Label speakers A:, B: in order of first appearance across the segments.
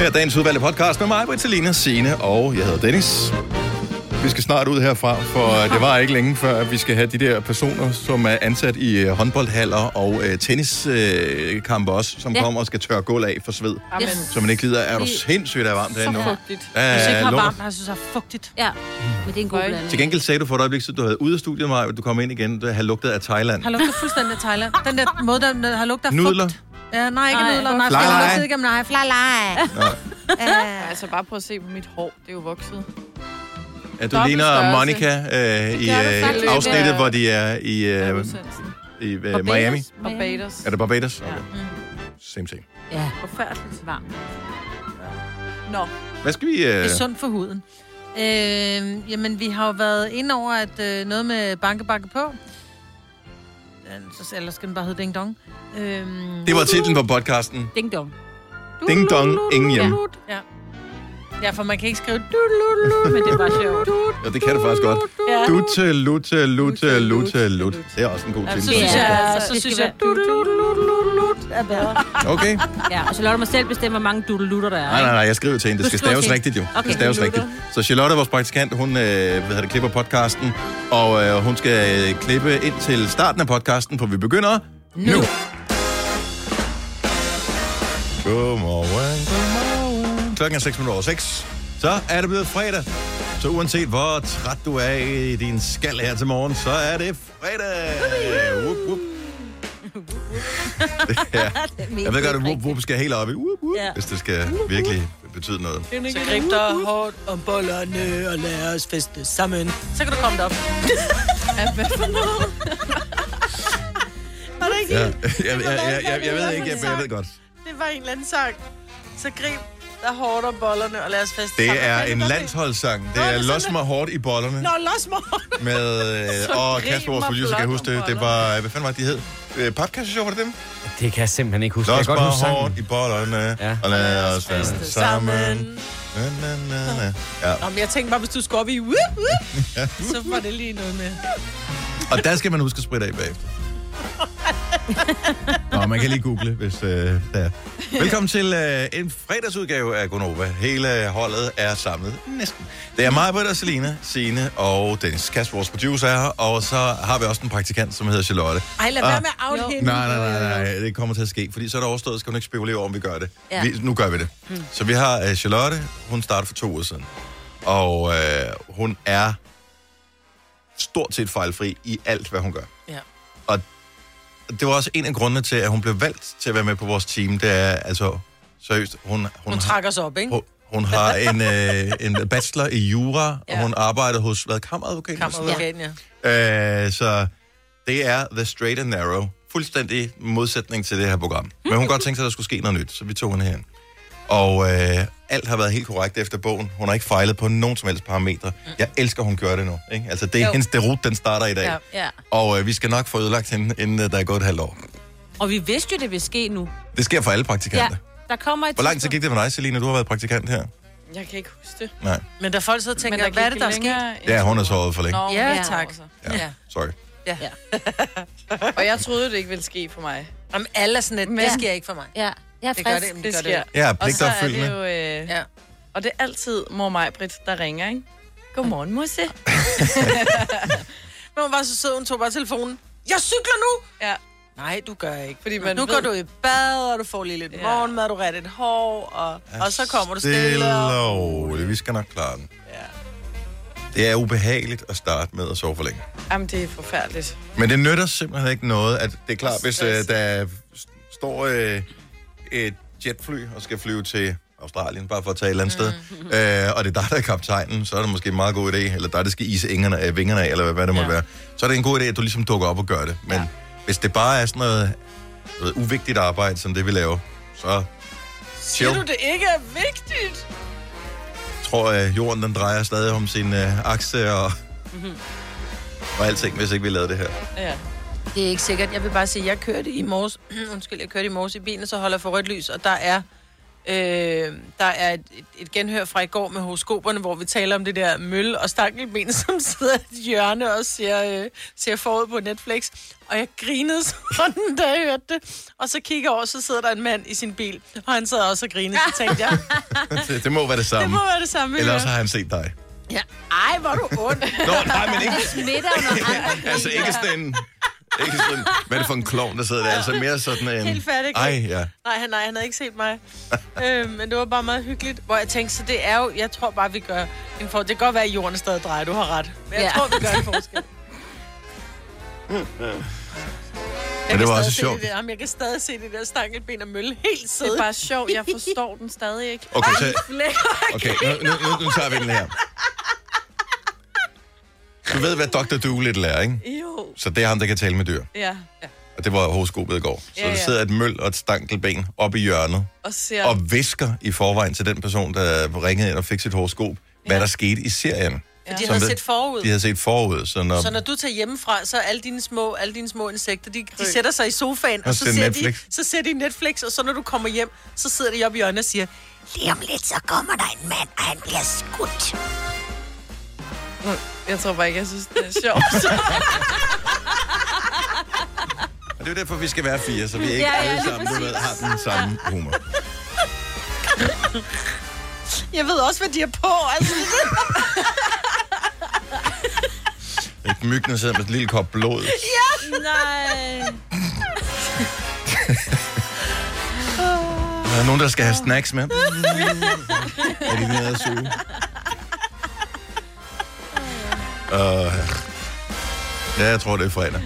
A: her dagens udvalgte podcast med mig, Britalina, Sine og jeg hedder Dennis. Vi skal snart ud herfra, for øh, det var ikke længe før, at vi skal have de der personer, som er ansat i øh, håndboldhaller og øh, tenniskampe også, som
B: Ja.
A: kommer og skal tørre gulv af for sved.
B: Amen.
A: Så man ikke lider, er du
B: Det-
A: sindssygt, der er varmt
B: Så
A: derinde nu.
B: fugtigt.
A: Ja,
C: Hvis ikke har
A: Øh, lort.
C: varmt, jeg synes, det er fugtigt.
B: Ja, men det er en god blanding.
A: Til gengæld sagde du for et øjeblik, at du havde ude af studiet, Maja, du kom ind igen, du havde lugtet af Thailand.
C: Har lugtet fuldstændig af Thailand. Den der måde, der har lugtet af
A: Nudler.
C: fugt. Ja, nej, ikke
B: Nej.
C: nudler. Nej,
A: Fly,
C: for jeg har
A: fly.
C: lugtet igennem nej. Fly, nej.
D: Altså bare prøv at se på mit hår. Det er jo vokset.
A: Ja, du
D: Dobbelt
A: ligner
D: størrelse.
A: Monica øh, i
D: gør du faktisk.
A: øh, afsnittet,
D: Ja.
A: hvor de er i,
D: Ja.
A: øh,
D: udsendelsen.
A: i øh, Miami.
D: Barbados. Mm.
A: Er det Barbados? Okay. Same ting.
B: Ja,
D: Forfærdeligt.
B: varmt.
D: Nå.
A: Hvad skal vi... Øh...
C: Det er sundt for huden. Øh, jamen, vi har jo været inde over at, øh, noget med bankebakke på. Øh, Så, ellers skal den bare hedde Ding Dong. Øh,
A: Det var titlen på podcasten.
B: Ding dong.
A: Ding dong, ingen hjem.
C: Ja. ja, for man kan ikke skrive... "Dudelululu", Men det er bare sjovt.
A: Ja, det kan det faktisk godt.
C: Ja.
A: Lute, lute, lute, lute, lute. Det er også en god
C: Ja,
A: titel.
C: Så synes
B: Ja,
C: jeg,
B: altså,
C: så
B: det
C: synes
B: skal
C: jeg, "Dudelululu" er bedre.
A: Okay.
B: Ja, og så lader du mig selv bestemme, hvor mange dudelutter der er.
A: Nej, nej, nej, jeg skriver til hende. Det
B: Du
A: skal
B: skriver
A: staves
B: til
A: rigtigt, jo.
B: hende.
A: Det skal
B: Okay.
A: staves rigtigt. Så Charlotte, vores praktikant, hun øh, hvad hedder det, klipper podcasten, og øh, hun skal øh, klippe ind til starten af podcasten, for vi begynder nu. nu. Godmorgen. Godmorgen. Klokken er 6 minutter over 6. Så er det blevet fredag. Så uanset hvor træt du er i din skal her til morgen, så er det fredag. Whoop, whoop. ja. Jeg ved godt, at whoop, whoop skal helt op i whoop, whoop,
B: Ja.
A: hvis det skal virkelig betyde noget.
C: Så
E: Grib dig hårdt om bollerne og lad os feste sammen.
C: Så kan du komme derop.
E: Var det ikke?
A: Ja. Jeg, jeg, jeg, jeg, jeg ved ikke, jeg, jeg ved godt.
E: Det var en eller anden sang. Så grib dig hårdt om bollerne og lad os feste sammen.
A: Det er
E: Kan
A: en
E: du godt
A: landsholdssang. Det er Los mig hårdt i bollerne.
E: lide- Nå, los mig hårdt.
A: med... Øh, og Kasper, vores
D: mig
A: producer, kan
D: blot
A: huske det.
D: om
A: Det var... Hvad fanden var det, de hed? Øh, Papkasseshow, var det dem?
F: Det kan jeg simpelthen ikke huske. Jeg
A: Los
F: kan godt
A: mig
F: huske sangen.
A: hårdt i bollerne,
F: Ja.
A: og lad os være
E: feste
A: sammen. Na, na, na, na. Ja.
E: Nå, men jeg tænkte bare, hvis du skulle op i... Whoop, whoop, så var det lige noget med.
A: Og der skal man huske at spritte af bagefter. Nå, man kan lige google, hvis øh, der er. Velkommen til øh, en fredagsudgave af Gonova. Hele holdet er samlet næsten. Det er mig, Britta, Selina, Signe og Dennis Kasper, vores producer er her. Og så har vi også en praktikant, som hedder Charlotte.
E: Ej, lad
A: Ah.
E: være med at out hende.
A: Nej, nej, nej, nej, det kommer til at ske, fordi så er det overstået, skal hun ikke spekulere over, om vi gør det. Ja.
B: Ja.
A: Vi, nu gør vi det. Mm. Så vi har uh, Charlotte, hun startede for to uger siden, og uh, hun er stort set fejlfri i alt, hvad hun gør.
E: Ja.
A: Og det var også en af grundene til, at hun blev valgt til at være med på vores team, det er altså, seriøst, hun, hun,
E: Hun trækker sig op, ikke?
A: hun, hun har en, øh, en bachelor i jura, ja. og
E: Ja.
A: hun arbejder hos, hvad, kammeradvokat?
E: Kammerorgan, ja.
A: Øh, så det er The Straight and Narrow. Fuldstændig modsætning til det her program. Men hun kunne godt tænke sig, at der skulle ske noget nyt, så vi tog hende herind. Og øh, alt har været helt korrekt efter bogen. Hun har ikke fejlet på nogen som helst parametre. Jeg elsker, hun gør det nu. Ikke? Altså, det er
E: Jo.
A: hendes derut, den starter i dag.
E: Ja.
B: Ja.
A: Og øh, vi skal nok få ødelagt hende, inden øh, der er gået et halvt år.
B: Og vi vidste jo, det ville ske nu.
A: Det sker for alle
B: Ja,
A: praktikanter. Ja.
B: der kommer et
A: Hvor lang tid gik det for dig, Selina? Du har været praktikant her.
D: Jeg kan ikke huske det.
A: Nej,
C: Men der folk sidder og tænker, hvad er det, der er sket?
A: ja, hun er såret for længe.
D: Nå,
C: Ja,
D: ja,
C: tak.
D: tak.
A: Ja. Sorry.
D: Og jeg troede, det ikke ville ske for mig.
C: Om alle er sådan et, det
B: Ja.
C: sker ikke for mig.
B: Ja, jeg er
C: Det gør det,
B: frisk.
D: Det
C: men det gør
D: sker.
C: det.
A: Jeg er
D: Og så er
A: pligtopfyldende.
D: det jo... Øh,
C: Ja.
D: ja. Og det er altid mor Majbrit, der ringer, ikke? Godmorgen, Musse.
C: Men hun var så sød, hun tog bare telefonen. Jeg cykler nu!
D: Ja.
C: Nej, du gør ikke.
D: Fordi man
C: nu
D: ved-
C: går du i bad, og du får lige lidt ja.
D: Ja.
C: morgenmad, du retter et hår, og, og så kommer du stille.
A: Stille
C: Og...
A: og roligt. Vi skal nok klare den. Ja. Det er ubehageligt at starte med at sove for længe.
D: Jamen, det er forfærdeligt.
A: Men det nytter simpelthen ikke noget, at det er klart, hvis øh,
D: Stress.
A: der s- står øh, et jetfly og skal flyve til Australien, bare for at tage et eller andet mm. sted, øh, og det er dig, der er kaptajnen, så er det måske en meget god idé, eller dig, der skal ise ingerne, øh, vingerne af, eller hvad, hvad det ja. måtte være. Så er det en god idé, at du ligesom dukker op og gør det. Men ja. hvis det bare er sådan noget, noget uvigtigt arbejde, som det vi laver, så
E: Siger du, det ikke er vigtigt?
A: tror, at jorden den drejer stadig om sin øh, akse og,
C: Mhm.
A: og alting, hvis ikke vi lavede det her.
D: Ja.
C: Det er ikke sikkert. Jeg vil bare sige, jeg kørte i morges, undskyld, jeg kørte i morges i bilen, og så holder jeg for rødt lys, og der er Øh, der er et, et- et genhør fra i går med horoskoperne, hvor vi taler om det der møl og stankelben, som sidder i et hjørne og ser, øh, ser forud på Netflix. Og jeg grinede sådan, da jeg hørte det. Og så kigger jeg over, så sidder der en mand i sin bil, og han sidder også og griner. Så tænkte jeg,
A: det, det må være det samme.
C: det må være det samme. vi
A: Ellers
C: hører.
A: har han set dig.
C: Ja. Ej, hvor er du ond.
A: Nå, nej, men ikke,
B: Smitter under andre
A: altså ikke sådan en... Ikke sådan, hvad er det for en klovn, der sidder der? Altså mere sådan en...
C: Helt færdig.
A: Ej, ja.
C: Nej, han, nej, han havde ikke set mig. øh, men det var bare meget hyggeligt. Hvor jeg tænkte, så det er jo... Jeg tror bare, vi gør en for... Det kan godt være, at jorden stadig drejer. Du har ret. Men jeg
B: Ja.
C: ja. tror, vi gør en forskel.
A: Men det var
C: Jeg kan
A: også
C: stadig se
A: sjovt.
C: Det der. Jamen, jeg kan stadig se det der stankelben og mølle helt
D: Det
C: sidde.
D: er bare sjovt, jeg forstår den stadig ikke.
A: Okay, så, okay nu, nu, nu, nu tager vi den her. Du ved, hvad Dr. Doolittle er, ikke?
D: Jo.
A: Så det er ham, der kan tale med dyr.
D: Ja. ja.
A: Og det var horoskopet i går. Så
D: Ja,
A: der
D: ja.
A: sidder et møl og et stankelben op i hjørnet,
D: Og ser...
A: og visker i forvejen til den person, der ringede ind og fik sit horoskop, hvad der skete i serien.
C: Ja. De
A: Som
C: havde
A: ved-
C: set forud.
A: De havde set forud, så når...
C: Så når du tager hjemmefra, så er alle dine små, alle dine små insekter, de, de sætter sig i sofaen, og så
A: ser
C: ser, de,
A: Netflix.
C: så ser de Netflix, og så når du kommer hjem, så sidder de oppe i hjørnet og siger,
G: Lige om lidt, så kommer der en mand, og han bliver skudt.
D: Jeg tror bare ikke, jeg synes, det er sjovt.
A: Og det er jo derfor, vi skal være fire, så vi ikke
B: Ja,
A: ja,
B: ja,
A: ja, alle
B: lige
A: sammen du ved, har
B: præcis.
A: den samme humor.
C: jeg ved også, hvad de er på. Altså,
A: Ikke myggen sidder med et lille kop blod.
B: Nej.
A: Der er nogen, der skal have snacks med. Er de nede at suge? Uh, ja, jeg tror, det er fredag.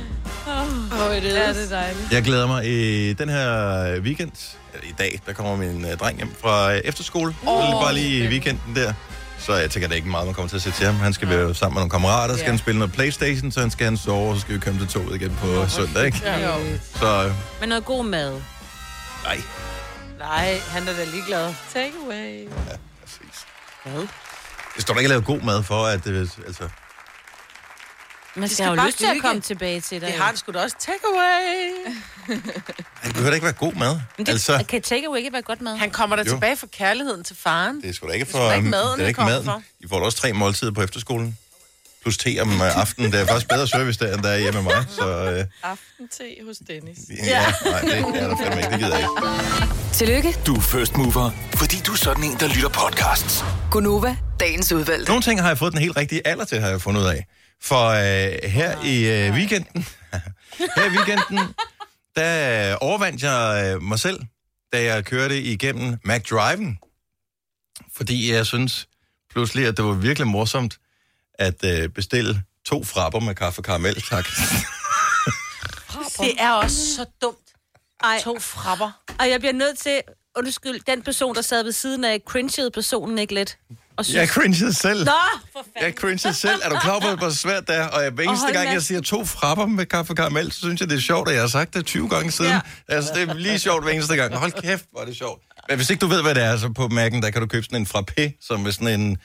D: ja, det er dejligt.
A: Jeg glæder mig i den her weekend. eller I dag, der kommer min øh, dreng hjem fra øh, efterskole. Oh, bare lige i weekenden der. Så jeg tænker, det er ikke meget, man kommer til at se til ham. Han skal være sammen med nogle kammerater, så skal
D: Ja.
A: han spille noget Playstation, så han skal han sove, og så skal vi komme til toget igen på søndag, ikke?
D: Ja. Jo.
A: Så, øh,
B: Men noget god mad.
A: nej.
C: nej, han er da ligeglad.
D: Take away.
A: Præcis.
B: Hvad?
A: Det står der ikke at lave god mad for, at det, altså...
B: Man skal,
C: skal
B: have jo
C: bare
B: lyst til at
C: hygge.
B: komme tilbage til dig.
C: Det har han sgu da også takeaway.
A: Det behøver da ikke være god mad.
B: Men det,
A: Altså,
B: Kan take away ikke være godt mad?
C: Han kommer da
A: Jo.
C: tilbage for kærligheden til faren.
A: det er sgu da ikke
C: sgu
A: for...
C: da ikke maden,
A: det er
C: det
A: ikke
C: kommer
A: maden.
C: fra.
A: I får da også tre måltider på efterskolen. Plus te om øh, aftenen. Det er faktisk bedre service der, end der er hjemme med mig. Så øh,
D: Aftente hos Dennis.
A: ja, nej, det er der fandme ikke. Det gider jeg ikke.
H: Tillykke,
I: Du er first mover, fordi du er sådan en, der lytter podcasts.
H: Gunova, dagens udvalgte.
A: Nogle ting har jeg fået den helt rigtige alder til, har jeg fundet ud af. For øh, her
H: Ah.
A: i øh, weekenden, her i weekenden, der øh, overvandt jeg øh, mig selv, da jeg kørte igennem McDriven. Fordi jeg synes pludselig, at det var virkelig morsomt at øh, bestille to frapper med kaffe og karamel, tak.
C: Det er også så dumt. Ej. To frapper.
B: Og jeg bliver nødt til, undskyld, den person, der sad ved siden af, cringede personen ikke lidt? Og synes,
A: Jeg cringede selv.
B: Nå, for fanden.
A: Jeg cringede selv. Er du klar på, hvor svært det er? Og jeg, hver eneste
B: hold
A: gang,
B: da.
A: jeg siger to frapper med kaffe og karamel, så synes jeg, det er sjovt, at jeg har sagt det 20 gange siden. Ja. Altså, det er lige sjovt hver eneste gang. Hold kæft, hvor er det sjovt. Men hvis ikke du ved, hvad det er, så på Mac'en, der kan du købe sådan en frappé, som er sådan en...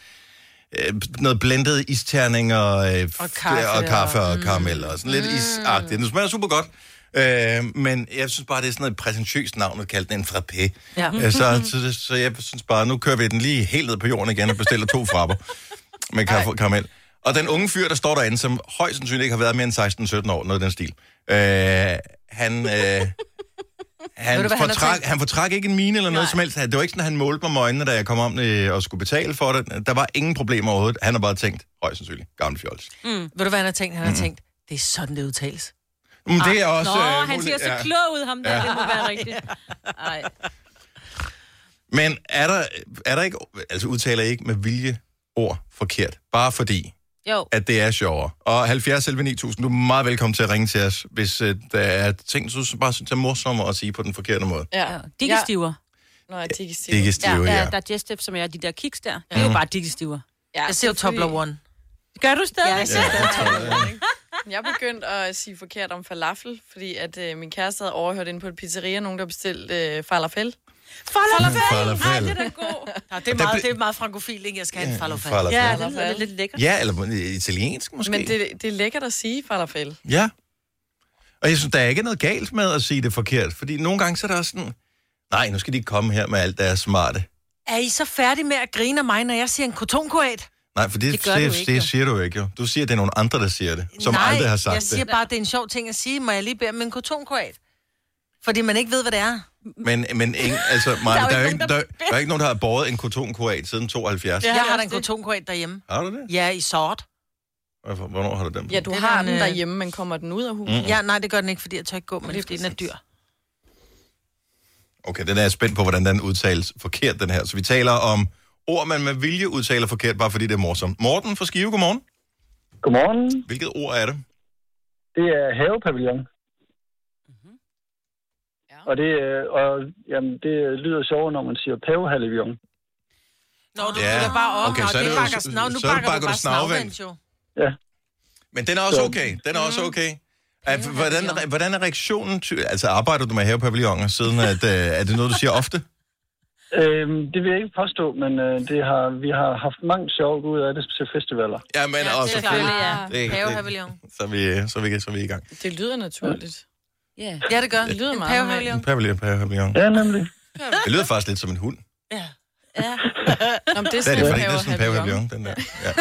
A: Øh, noget blendet isterning og, øh, og
C: kaffe
A: og, kaffe
C: og-
A: og karamel og sådan lidt isagtigt. Den smager super godt. Øh, men jeg synes bare, det er sådan et præsentøst navn at kalde den en frappé.
B: Ja.
A: Øh, så, så, så jeg synes bare, nu kører vi den lige helt ned på jorden igen og bestiller to frapper med kaffe og karamel. Og den unge fyr, der står derinde, som højst sandsynligt ikke har været mere end 16-17 år, noget i den stil, øh, han, øh, han,
E: du,
A: du,
E: hvad han har
A: fortrak, han,
E: tænkt?
A: han fortrak ikke en mine eller noget Nej. som helst. Det var ikke sådan, at han målte mig med øjnene, da jeg kom om øh, og skulle betale for det. Der var ingen problemer overhovedet. Han har bare tænkt, højst sandsynligt, gammel fjols.
C: Ved du, hvad han har tænkt? Han
A: Mm.
C: har tænkt, det er sådan, det udtales.
A: Men det er også...
B: Nå,
A: øh,
B: han ser
A: muligt-
B: så
A: ja.
B: klog ud, ham der. Det må være rigtigt. Ej.
A: Men er der, er der ikke... Altså udtaler I ikke med vilje ord forkert? Bare fordi,
B: Jo.
A: at det er sjovere. Og 70 11 9000, du er meget velkommen til at ringe til os, hvis øh, der er ting, du bare synes er morsommere at sige på den forkerte måde.
D: Ja.
B: Diggestiver.
D: Ja. Nå, Tiki Stiv.
A: Det er ikke stive,
B: Ja,
A: ja.
B: ja, digestive, som er de der kiks der. Det er jo bare diggestiver.
D: Ja,
C: Jeg ser jo
D: selvfølgelig.
C: Toblerone.
B: Gør du stadig?
D: Ja,
B: Ja.
D: jeg ja. Jeg begyndte at sige forkert om falafel, fordi at øh, min kæreste havde overhørt inde på et pizzeria, nogen der bestilte øh, falafel.
A: Falafel.
D: Den er god.
C: Nå, det er
A: Der
C: meget,
A: blev-
C: det er meget frankofil, ikke? Jeg skal have en falafel.
A: Falafel.
B: Ja,
A: Ja.
B: det lyder lidt lækkert.
A: ja, eller øh, italiensk måske.
D: Men det, det er lækkert at sige falafel.
A: Ja. Og jeg synes, der er ikke noget galt med at sige det forkert, fordi nogle gange så er der også sådan, Nej, nu skal de ikke komme her med alt deres smarte.
C: Er I så færdige med at grine af mig, når jeg siger en kotonkoat?
A: Nej, for det, det,
B: Det gør du
A: det,
B: ikke,
A: det
B: jo.
A: siger du ikke jo. Du siger, at det er nogle andre, der siger det, som
C: Nej,
A: aldrig har sagt
C: jeg siger
A: det.
C: bare, at det er en sjov ting at sige. Må jeg lige bede om en kotonkoat? Fordi man ikke ved, hvad det er.
A: Men, men ingen, altså, Maja, der, er jo ikke, der,
C: nogen, der
A: der, er ikke nogen, der har båret en kotonkoat siden 72.
C: Ja,
A: Ja.
C: jeg har da en kotonkoat derhjemme.
A: Har du det?
C: Ja, i sort.
A: Hvorfor- Hvornår har du den på?
D: Ja, du
C: Det er
D: har
C: den,
D: den
C: øh,
D: derhjemme, men kommer den ud af huset?
C: Ja, nej, det gør den ikke, fordi jeg tør ikke gå med
D: Lige
C: det, fordi den er dyr.
A: Okay, den er jeg spændt på, hvordan den udtales forkert, den her. Så vi taler om ord, man med vilje udtaler forkert, bare fordi det er morsomt. Morten fra Skive, godmorgen.
J: Godmorgen.
A: Hvilket ord er det?
J: Det er havepavillon. Og det, øh, og, jamen, det lyder sjovt, når man siger pavehalvion.
C: Nå, du
A: Ja.
C: ja. bare op.
A: Okay,
C: Nå,
A: så er det jo-
C: bakker,
A: så-
C: nå, nu
A: så
C: bakker,
A: bakker
C: du
A: du
C: bare snavvendt,
A: snavvendt.
C: jo.
J: Ja.
A: Men den er også okay. Den er også okay. Er, hvordan, hvordan er reaktionen? Ty- altså, arbejder du med havepavilloner siden, at, øh, er det noget, du siger ofte?
J: Øhm, det vil jeg ikke påstå, men øh, det har, vi har haft mange sjovt ud af det til festivaler.
A: Ja, men ja, også
C: selvfølgelig, ja.
A: det, det,
C: Havepavillon.
A: så, er vi, så, er vi, så er vi i gang.
D: Det lyder naturligt.
B: Ja.
C: Ja, det gør.
D: Det lyder
C: En
D: meget
C: Havepavillon.
A: En pavillon, pavillon.
J: Ja, nemlig.
A: Det lyder faktisk lidt som en hund.
D: Nå, men det er
A: Det er
D: sådan,
A: det,
D: det,
A: fordi det er sådan en pavillon, den der. Ja.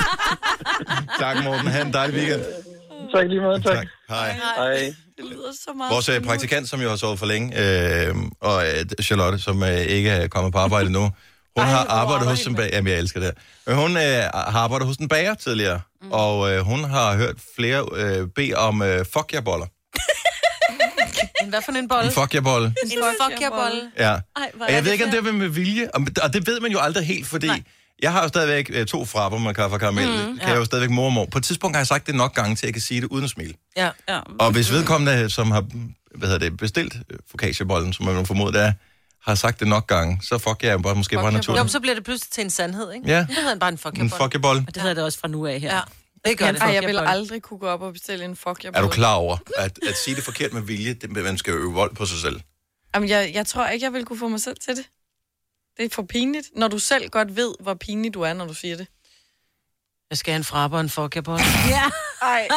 A: tak, Morten. Ha' en dejlig weekend.
J: Tak lige meget, tak.
A: Hej.
J: Hej.
D: Det lyder så meget.
A: Vores øh, praktikant, som jo har sovet for længe, øh, og øh, Charlotte, som øh, ikke er kommet på arbejde endnu, hun har arbejdet hos en bager. Jamen, jeg elsker det her. Men Hun øh, har arbejdet hos en bager tidligere, mm. og øh, hun har hørt flere øh, bede om øh, fuck jer boller.
C: En hvad for en bolle?
A: En fuck jer bolle.
C: En fuck jer bolle.
A: Ja.
B: Ej, hvor
A: Og jeg ved ikke, om det var med vilje, og, og det ved man jo aldrig helt, fordi Nej. jeg har jo stadigvæk øh, to frapper med kaffe og karamel, mm, kan jeg jo stadigvæk mormor. På et tidspunkt har jeg sagt det nok gange til, at jeg kan sige det uden smil.
C: Ja.
B: Ja.
A: Og hvis vedkommende, øh, som har hvad hedder det, bestilt øh, focaccia-bollen, som man må formode det er, har sagt det nok gange, så fuck jeg bare, måske bare
C: Jo,
A: naturligt.
C: men så bliver det pludselig til en sandhed, ikke?
A: Ja.
C: Det hedder han bare en fuck jer
A: En
C: bolle.
A: fuck jer bolle.
B: Og det hedder det også fra nu af her.
C: Ja,
B: Ja.
C: det gør det.
D: Ej, jeg vil aldrig kunne gå op og bestille en fuck jer
A: Er du
D: bolle.
A: klar over, at, at sige det forkert med vilje, det, man skal jo øve vold på sig selv?
D: Jamen, jeg, jeg tror ikke, jeg vil kunne få mig selv til det. Det er for pinligt, når du selv godt ved, hvor pinlig du er, når du siger det.
C: Jeg skal have en frapper og en fuck jer bolle.
D: Ej.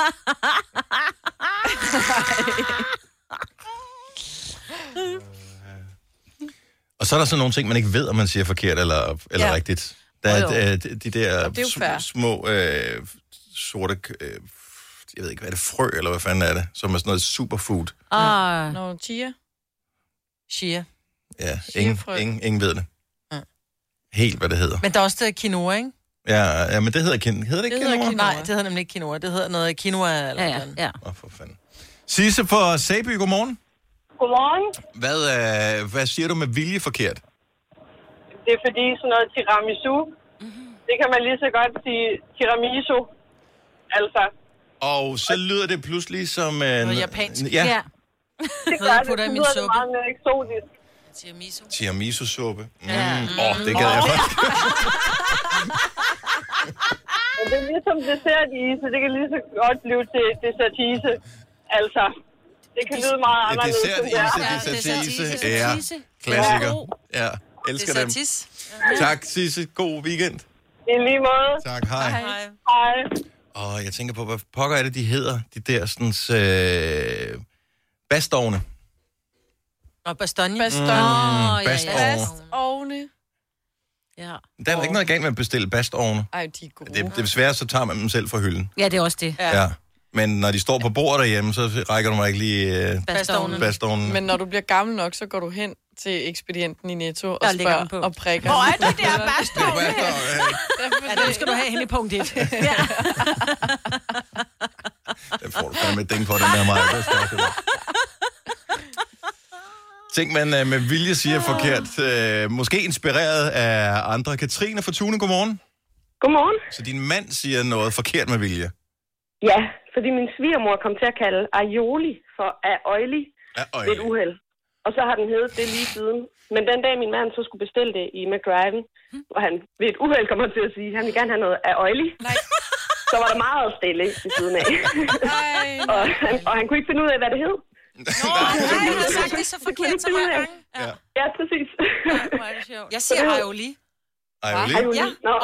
A: Og så er der sådan nogle ting, man ikke ved, om man siger forkert eller, eller ja. rigtigt. Der er
B: Jo, jo.
A: øh, de de der
D: det er jo
A: sm-
D: fair.
A: små øh, sorte, øh, jeg ved ikke, hvad er det, frø, eller hvad fanden er det, som er sådan noget superfood.
C: Ah,
D: Når chia.
C: chia.
A: Ja, ingen,
D: Chiafrø.
A: ingen, ingen ved det.
C: Ja.
A: Helt, hvad det hedder.
C: Men der er også det quinoa, ikke?
A: Ja, ja men det hedder, kin- hedder det ikke
D: Det hedder
A: quinoa?
D: quinoa.
C: Nej, det hedder nemlig ikke quinoa. Det hedder noget quinoa eller
B: Ja,
C: ja,
B: ja, ja.
A: Åh, oh, for fanden. Sisse fra Sæby, godmorgen.
K: Godmorgen.
A: Hvad, øh, hvad siger du med vilje forkert?
K: Det er fordi sådan noget tiramisu,
A: Mhm.
K: det kan man lige så godt sige tiramisu. Altså,
A: Og så lyder det pludselig som... Øh, Noget
C: japansk.
A: Ja,
K: det
B: ja.
C: Noget,
K: gør
C: jeg
K: det,
C: putter i
K: det
C: min
K: lyder det
C: suppe.
K: meget mere eksotisk.
C: Tiramisu.
A: tiramisu-suppe. Åh, mm. ja. oh, det gad jeg godt.
K: Men det er ligesom dessertise, det kan lige så godt blive til dessertise. Altså, det kan lyde meget
A: Ja,
K: anderledes.
A: dessert,
K: end det er.
A: ise, dessert, ise. Ja, klassiker. Ja, elsker dem.
C: Tis.
A: Tak, Sisse. God weekend.
K: I lige måde.
A: Tak, hej.
C: Hej.
K: Hej.
A: Og jeg tænker på, hvad pokker er det, de hedder? De der sådan... Øh, bastovne.
C: Og bastonje.
A: Mm,
D: Baston.
B: Åh, ja, ja.
A: Bastovne.
D: Ovne.
B: ja.
A: Der er da ikke noget galt med at bestille bastovne.
D: Ej, de er gode.
A: Det, det er svært, så tager man dem selv fra hylden.
B: Ja, det er også det.
A: Ja. ja. Men når de står på bordet derhjemme, så rækker du mig ikke lige øh,
B: Bastovnen.
A: bastovnen.
D: Men når du bliver gammel nok, så går du hen til ekspedienten i Netto og
B: Der ligger
D: spørger
B: den på.
D: og prikker.
C: Hvor er det der baston?
B: Ja, det skal du have hende i punkt 1.
A: Den får du fandme et ding på, den der meget. Det er stærkt, det der. Ting, man øh, med vilje siger forkert. Øh, måske inspireret af andre. Katrine fra Tune, godmorgen.
K: Godmorgen.
A: Så din mand siger noget forkert med vilje.
K: Ja, fordi min svigermor kom til at kalde aioli for aioli
A: Ja, øj.
K: ved et uheld. Og så har den heddet det lige siden. Men den dag, min mand så skulle bestille det i McDriven, hvor han ved et uheld kommer til at sige, at han vil gerne have noget af øjelig. Så var der meget stille i siden af. og, han, og han kunne ikke finde ud af, hvad det hed.
C: Nej, jeg har sagt det så forkert så mange gange.
K: Ja, præcis.
C: Jeg siger aioli.
A: Aioli.
K: Aioli.
C: Ja,
K: Nå,
C: og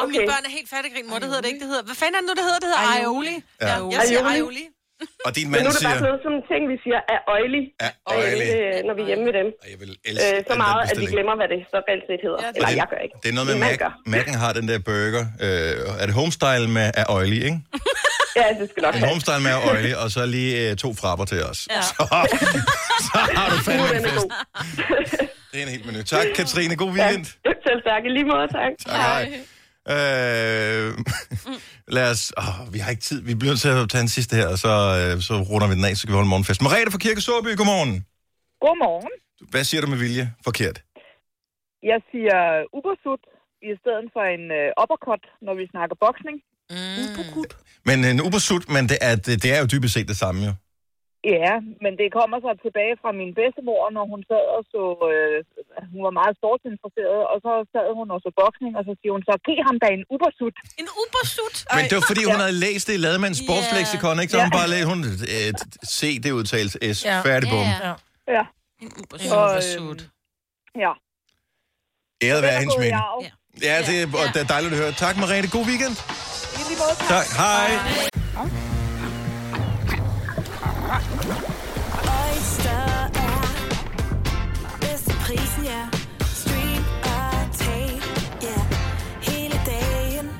A: Og din
K: Men
A: mand
K: nu er det
A: siger,
K: bare sådan noget, sådan nogle ting, vi siger, er øjelig,
A: er
K: og
A: øjelig.
K: når vi er hjemme ved dem.
A: Jeg vil
K: øh,
A: elske
K: så
A: den
K: meget, at vi
A: bestilling.
K: glemmer, hvad det så reelt set hedder. Eller
A: det-
K: jeg gør ikke.
A: det er noget med
K: Min mand gør.
A: Mac, Mac'en har den der burger. Øh, er det homestyle med er oily, ikke?
K: Ja, det skal nok
A: En
K: være.
A: homestyle med er oily, og så lige øh, to frapper til os.
K: Ja.
A: Så, så har du fandme
K: Nu er
A: en
K: den
A: fest.
K: god.
A: Det er en helt menu. Tak, Katrine. God weekend.
K: Selv tak. I lige måde, tak.
A: Tak, hej. Øh, lad os... Åh, vi har ikke tid. Vi bliver nødt til at tage en sidste her, og så, øh, så runder vi den af, så kan vi holde morgenfest. Merete fra Kirke Såby, godmorgen.
J: Godmorgen.
A: Hvad siger du med vilje? Forkert.
J: Jeg siger ubersut i stedet for en øh, uppercut, når vi snakker boksning. Mm.
A: Men øh, en ubersut, men det er, det, det er jo dybest set det samme, jo.
J: Ja, men det kommer så tilbage fra min bedstemor, når hun sad og så... Øh, hun var meget sportsinteresseret, og så sad hun og så boksning, og så siger hun så, giv ham da en ubersut.
L: En ubersut?
A: Men det var, fordi hun havde læst det i Lademands sportsleksikon, ikke? Så hun
J: Ja.
A: bare lagde, hun, øh, se det udtales S,
J: Ja.
A: færdig bum.
J: Ja. ja. En
M: ubersut.
N: øh,
M: Ubersut.
J: Ja.
A: Æret være
J: Den er
A: hendes
J: gået i
A: mening.
J: arv.
A: Ja, det er, og det er dejligt at høre. Tak, Merete. God weekend.
J: I lige måde,
A: Tak. Hej.
E: Oyster er bedst til prisen, ja. Stream og tag, ja. Hele dagen.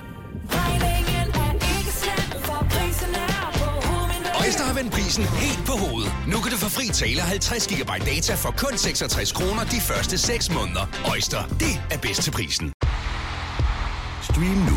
E: Regningen er ikke slem, for prisen er på
I: Øjster har vendt prisen helt på hovedet. Nu kan du få fri tale 50 GB data for kun 66 kroner de første 6 måneder. Øjster, det er bedst til prisen.
O: Stream nu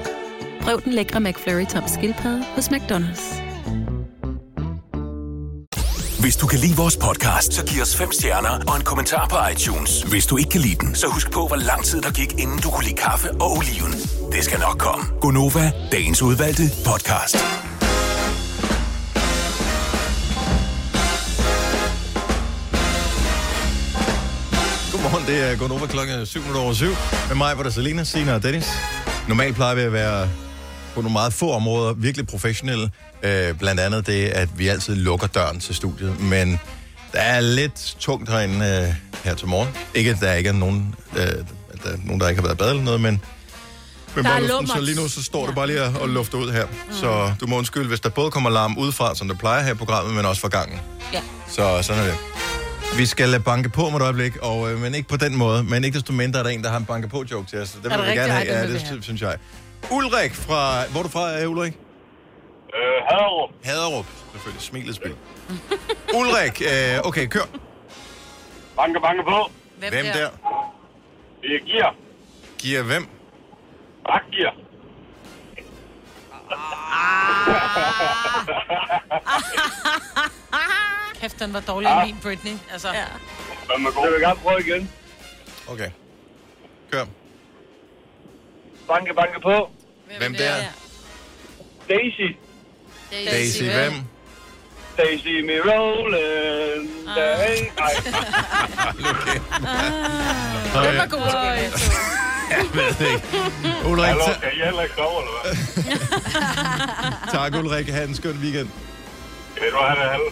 C: Prøv den lækre McFlurry tom skildpadde hos McDonald's.
I: Hvis du kan lide vores podcast, så giv os fem stjerner og en kommentar på iTunes. Hvis du ikke kan lide den, så husk på, hvor lang tid der gik, inden du kunne lide kaffe og oliven. Det skal nok komme.
O: Gonova,
I: Dagens udvalgte podcast.
A: Godmorgen, det er gået over klokken 7 over 7. Med mig var der Selina, Sina og Dennis. Normalt plejer vi at være på nogle meget få områder virkelig professionelle. Øh, blandt andet det, at vi altid lukker døren til studiet. Men der er lidt tungt herinde øh, her til morgen. Ikke, at der ikke er nogen, øh, at der, er nogen der ikke har været i bad eller noget, men... men
L: Der er
A: bare luften,
L: lummert.
A: så
L: Mm.
A: lige nu så står det bare lige og, og lufter ud her. Så du må undskylde, hvis der både kommer larm udefra, som der plejer her i programmet, men også fra gangen.
L: Ja.
A: Så sådan er det. Vi skal lade banke på om et øjeblik, og, øh, men ikke på den måde. Men ikke desto mindre er der en, der har en banke på-joke til os. Det vil
P: det
A: vi
P: rigtigt?
A: gerne
P: Ej, den
A: have. Ja,
P: vil vi
A: det
P: have.
A: sy- synes jeg. Ulrik fra... Hvor er du fra, øh, Ulrik? Øh, Haderup. Haderup, selvfølgelig. Smilet spil. Ulrik, øh, okay, kør. Banke, banke på. Hvem, hvem der? der? Det er Gear. Gear hvem? Bakgear.
N: Kæft, den var dårlig ah. min Britney. Altså. Ja.
Q: Men man går. Jeg vil gerne prøve igen.
A: Okay. Kør.
Q: Banke, banke på.
A: Hvem der?
Q: Daisy.
A: Daisy hvem?
Q: Daisy me rolling. Daisy.
A: Ah.
Q: Ej.
A: Den var
Q: god.
A: Jeg ved det ikke. Øh. Ulrik,
Q: Hallo,
A: ta-
Q: kan I heller ikke sove, eller hvad?
A: tak Ulrik. Ha' en skøn weekend.
Q: Kan du have det halve?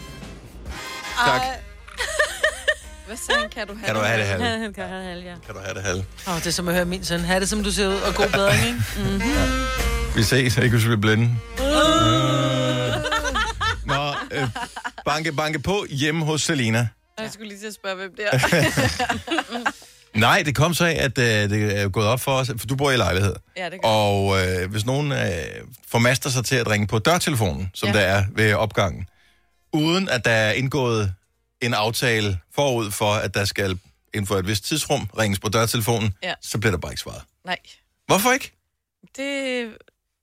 A: Tak.
D: Hvad sagde han? Kan du have Uh.
A: Kan du have det halve?
N: Han kan have halv, ja.
A: Kan du have det halve?
N: Åh, det er som at høre min søn. Ha' det, som du ser ud, og god bedring, ikke? Mm-hmm.
A: Vi ses, ikke hvis vi bliver blinde. Nå, øh, banke, banke på hjemme hos Selina.
D: Jeg skulle lige til at spørge, hvem det er.
A: Nej, det kom så af, at øh, det er gået op for os, for du bor i lejlighed.
D: Ja, det gør
A: Og øh, hvis nogen øh, formaster sig til at ringe på dørtelefonen, som ja. der er ved opgangen, uden at der er indgået en aftale forud for, at der skal inden for et vist tidsrum ringes på dørtelefonen,
D: Ja.
A: så bliver der bare ikke svaret.
D: Nej,
A: Hvorfor ikke?
D: det,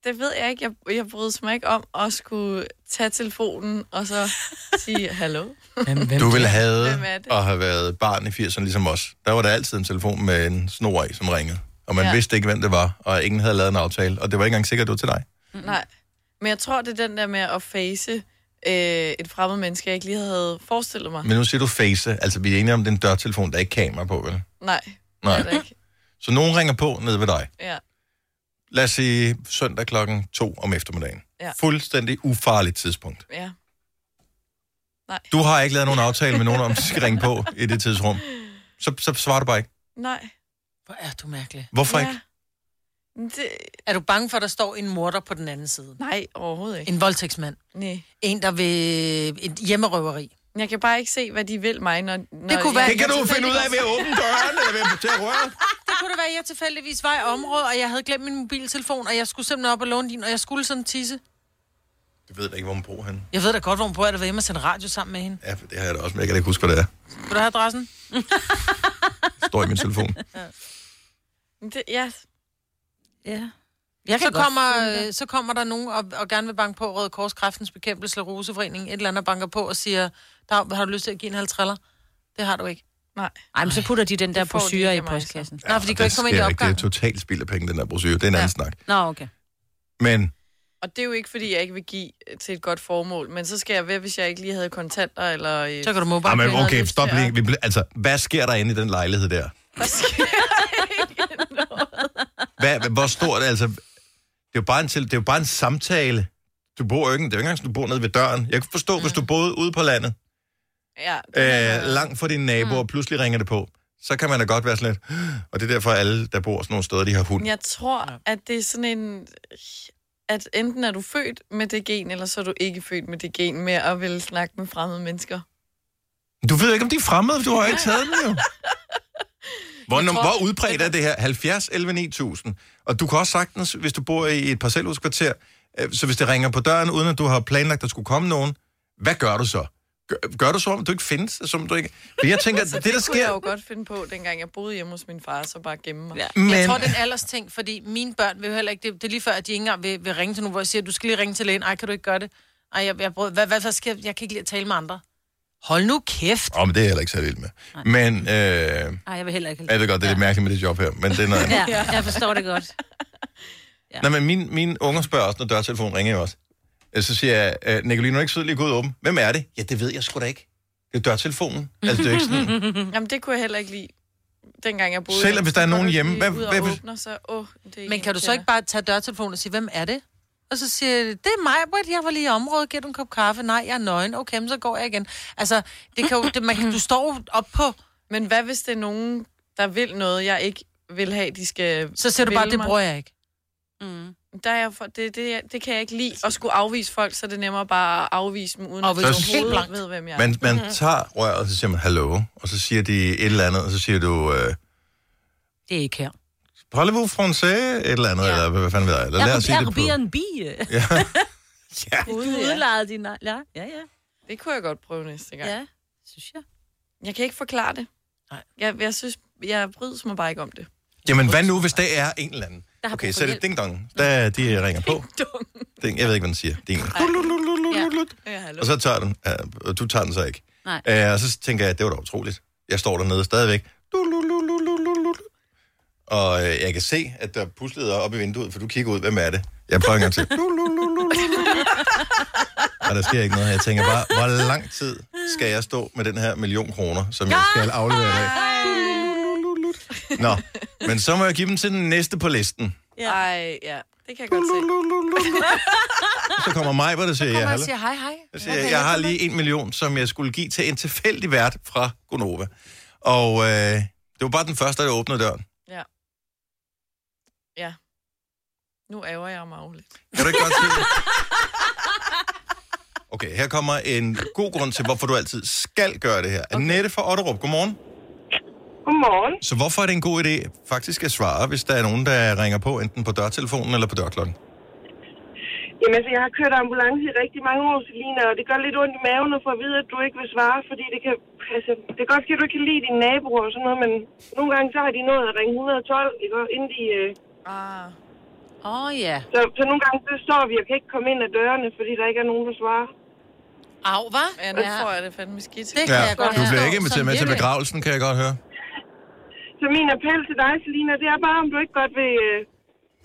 D: det ved jeg ikke. Jeg, jeg bryder mig ikke om at skulle tage telefonen og så sige hallo.
A: Hvem du ville have
D: Hvem er det?
A: og have været barn i 80'erne ligesom os. Der var der altid en telefon med en snor i, som ringede. Og man ja.
D: Ja.
A: vidste ikke, hvem det var, og ingen havde lavet en aftale. Og det var ikke engang sikkert, at det var til dig.
D: Nej. Men jeg tror, det er den der med at face øh, et fremmed menneske, jeg ikke lige havde forestillet mig.
A: Men nu siger du face. Altså, vi er enige om, den dørtelefon, der er ikke kamera på, vel?
D: Nej,
A: Nej.
D: det er det ikke.
A: Så nogen ringer på nede ved dig.
D: Ja.
A: Lad os sige søndag klokken 2 om eftermiddagen.
D: Ja.
A: Fuldstændig ufarligt tidspunkt.
D: ja.
A: Du har ikke lavet nogen aftale med nogen om, at skal ringe på i det tidsrum. Så, så svarer du bare ikke.
D: Nej.
C: Hvor er du mærkelig.
A: Hvorfor Ja. ikke?
D: Det...
C: Er du bange for, at der står en morder på den anden side?
D: Nej, overhovedet ikke.
C: En voldtægtsmand?
D: Nej.
C: En, der vil... Et hjemmerøveri?
D: Jeg kan bare ikke se, hvad de vil mig, når... når
C: kunne være-
D: jeg-
C: Det kan du finde ud af ved at
A: åbne døren, eller ved at tage røret.
C: Det kunne det være, at jeg tilfældigvis var i området, og jeg havde glemt min mobiltelefon, og jeg skulle simpelthen op og låne din, og jeg skulle sådan tisse.
A: Jeg ved da ikke, hvor man bor henne.
C: Jeg ved da godt, hvor hun bor, at jeg var hjemme og sendte radio sammen med hende.
A: Ja, for det har jeg da også, men jeg kan da ikke huske, hvad det er.
C: Vil du have adressen?
A: Det står i min telefon.
D: Det, ja.
B: Ja.
C: Jeg
B: kan
C: så,
B: godt
C: kommer,
B: finde
C: øh, så kommer der nogen og, og gerne vil banke på Røde Kors Kræftens Bekæmpelse Roseforening, et eller andet banker på og siger, der, har du lyst til at give en halv triller? Det har du ikke.
D: Nej.
B: Ej, men så putter de den der
C: får de
B: brosyre i
C: ikke af mig, så.
B: postkassen.
C: Nej, for de
A: Og
C: kan
A: det
C: ikke komme ind i
A: sker Det
C: opgangen.
A: er totalt spild af penge, den der brochure. Det er en anden snak.
B: Nå, okay.
A: Men
D: Og det er jo ikke, fordi jeg ikke vil give øh, til et godt formål, men så skal jeg ved, hvis jeg ikke lige havde kontanter, eller... øh,
C: Så kan du
A: Ej,
C: mobile.
A: Ah, men okay, stop lige. Vi ble, altså, hvad sker der inde i den lejlighed der? Hvad, hvad- hvor stort er altså... Det er, jo bare en, til- det er jo bare en samtale. Du bor jo ikke, det er jo ikke engang, sådan, du bor nede ved døren. Jeg kan forstå, mm. hvis du boede ude på landet,
D: Ja,
A: øh, langt fra dine naboer, mm. pludselig ringer det på, så kan man da godt være sådan lidt... Og det er derfor, alle, der bor sådan nogle steder, de har hund.
D: Men Jeg tror, at det er sådan en... At enten er du født med det gen, eller så er du ikke født med det gen med at ville snakke med fremmede mennesker.
A: Du ved ikke, om de er fremmede, for du har jo ikke taget dem jo. Hvor,
D: Jeg
A: tror,
D: tror-
A: hvor udbredt er det her? 70, 11, 9000. Og du kan også sagtens, hvis du bor i et parcelhuskvarter, øh, så hvis det ringer på døren, uden at du har planlagt, at der skulle komme nogen, hvad gør du så? Gør, gør du så, om du ikke findes? Som du ikke... For jeg tænker,
D: Så
A: det, der
D: Altså, kunne jeg jo
A: sker...
D: godt finde på, dengang jeg boede hjemme hos min far, så bare gemme mig. Ja.
C: Men... Jeg
A: Men-
C: tror, det er en aldersting, fordi mine børn vil jo heller ikke... Det, det er lige før, at de ikke engang vil, vil ringe til nogen, hvor jeg siger, du skal lige ringe til lægen. Ej, kan du ikke gøre det? Ej, jeg, jeg, brød, hvad, hvad, hvad skal jeg, jeg kan ikke lide at tale med andre. Hold nu kæft.
A: Åh, oh, men det er jeg heller ikke så vild med. Men, øh,
B: Ej, jeg vil heller ikke.
A: jeg ved godt, det er lidt mærkeligt med det job her, men det er noget andet.
B: Ja, jeg forstår det godt.
A: Ja. Nej, men mine, mine unger spørger også, når dørtelefonen ringer jo også. Øh, Så siger jeg, øh, Nicoline, er du ikke sød lige gå ud og åbne? Hvem er det? Ja, det ved jeg sgu da ikke. Det er dørtelefonen. Altså, det er jo ikke sådan...
D: Jamen, det kunne jeg heller ikke lide, dengang jeg boede
A: Selvom
D: hjemme.
A: hvis der er
D: Så går
A: nogen
D: du
A: hjemme,
D: lige
A: hvad-
D: ud og
A: hvad-
D: åbner, så, åh, det er en,
C: Men kan du
D: jeg
C: så ikke bare tage dørtelefonen og sige, hvem er det? Og så siger jeg, det er mig, Britt, jeg var lige i området, giver du en kop kaffe? Nej, jeg er nøgen. Okay, men så går jeg igen. Altså, det kan jo, det, man, kan- du står jo op på,
D: kender. Men hvad hvis det er nogen, der vil noget, jeg ikke vil have, de skal
C: så siger du
D: vælge
C: bare, det
D: mig?
C: bruger jeg ikke.
D: Mm. Der er jeg for, det, det, det kan jeg ikke lide. At skulle afvise folk, så er det nemmere bare at afvise dem, uden at
A: Så-
D: de overhovedet ved, hvem jeg er. Mhm.
A: Man, man tager røret, og så siger man, hallo, og så siger de et eller andet, og så siger du, øh,
C: Det er ikke her.
A: parlez-vous français, et eller andet, ja. eller hvad fanden ved jeg, eller
B: Jeg
A: lad os sige
B: er
A: det på.
B: Airbnb.
A: Ja.
B: ja. Du udlejede din... Ja, ja, ja.
D: Det kunne jeg godt prøve næste gang.
B: Ja, synes jeg.
D: Jeg kan ikke forklare det. Nej. Jeg, jeg synes, jeg brydes mig bare ikke om det.
A: Jamen, hvad nu, hvis det er en eller anden?
D: Der har
A: Okay,
D: brug for
A: så er det
D: hjælp.
A: ding-dong, der de ringer på. Ding, jeg ved ikke, hvad den siger. Ding.
D: Ja, hallo.
A: Og så tager den, ja, og du tager den så ikke.
B: Nej.
A: Øh, og så tænker jeg, det var da utroligt. Jeg står dernede stadigvæk. Og øh, jeg kan se, at der er pusleder op i vinduet, for du kigger ud, hvem er det? Jeg prøver en gang til. Og der sker ikke noget her. Jeg tænker bare, hvor lang tid skal jeg stå med den her million kroner, som jeg skal aflevere i dag? Nå, men så må jeg give dem til den næste på listen.
D: Ja. Ej, ja. Det kan jeg godt se.
A: Så kommer mig, hvor der siger, ja,
C: Kommer og
A: hallo.
C: siger, hej, hej.
A: Jeg, siger, jeg har lige en million, som jeg skulle give til en tilfældig vært fra Gonova. Og øh, det var bare den første, der åbnede døren.
D: Ja. Ja. Nu æver jeg mig jo lidt.
A: Kan du ikke godt se det? Okay, her kommer en god grund til, hvorfor du altid skal gøre det her. Okay. Annette fra Otterup, godmorgen.
R: Godmorgen.
A: Så hvorfor er det en god idé faktisk at svare, hvis der er nogen, der ringer på, enten på dørtelefonen eller på dørklokken?
K: Jamen, altså, jeg har kørt ambulance i rigtig mange år, Selina, og det gør lidt ondt i maven at få at vide, at du ikke vil svare, fordi det kan... Altså, det kan godt ske, at du ikke kan lide dine naboer og sådan noget, men nogle gange så har de nået at ringe 112, ikke? Og inden de... Øh... Ah.
E: Åh, oh, ja.
K: Så, så nogle gange så står vi og kan ikke komme ind ad dørene, fordi der ikke er nogen, der svarer.
E: Au, hvad?
D: Ja, nu tror jeg, det er fandme skidt.
K: Det
A: Ja, du bliver ikke inviteret med til begravelsen, kan jeg godt høre.
K: Så min appel til dig, Selina, det er bare, om du ikke godt vil øh,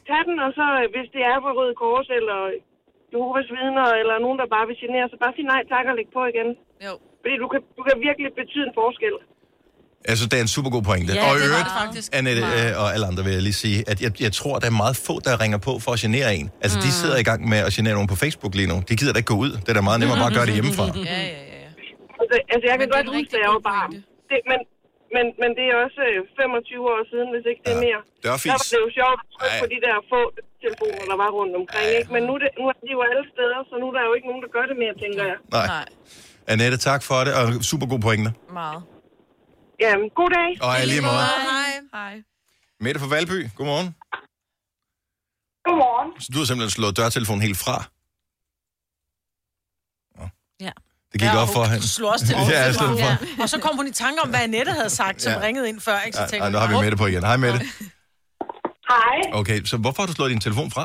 K: tage den, og så øh, hvis det er fra Røde Kors eller Jehovas vidner, eller nogen, der bare vil genere, så bare sig nej tak og læg på igen.
D: Jo.
K: Fordi du kan, du kan virkelig betyde en forskel.
A: Altså, det er en super god pointe.
K: Ja,
A: og
K: det
A: i
K: var
A: øvrigt,
K: det faktisk.
A: Annette øh, og alle andre vil jeg lige sige, at jeg, jeg tror, der er meget få, der ringer på for at genere en. Altså, mm. de sidder i gang med at genere nogen på Facebook lige nu. De gider da ikke gå ud. Det er da meget nemmere bare at gøre det hjemmefra.
K: ja, ja, ja. Altså, altså jeg kan godt huske, da jeg var barn. Det, men, men, men det er også øh, 25 år siden, hvis ikke det er mere.
A: Det var
K: Der
A: fint.
K: var det jo sjovt at trykke på de der få telefoner, der var rundt omkring. Ikke? Men nu, er det, nu er de jo alle steder, så nu er der jo ikke nogen, der gør det mere, tænker jeg.
A: Nej. Annette, tak for det, og super gode pointe.
D: Meget.
K: Jamen, god dag.
A: Og i lige måde.
D: Hej. Hej.
A: Mette fra Valby, godmorgen.
K: Godmorgen.
A: Så du har simpelthen slået dørtelefonen helt fra.
E: Ja.
A: Det gik op for
C: hun
A: hende.
C: Slog også til
A: ja, jeg slog for.
C: Og så kom hun i tanke om, hvad Annette havde sagt, som
A: Ja.
C: ja. ringede ind før. Ikke? Så
A: Ej,
C: tænkte
A: ej, nu
C: hun,
A: har vi
C: "Hov."
A: Mette på igen. Hej Mette.
J: Hej,
A: Okay, så hvorfor har du slået din telefon fra?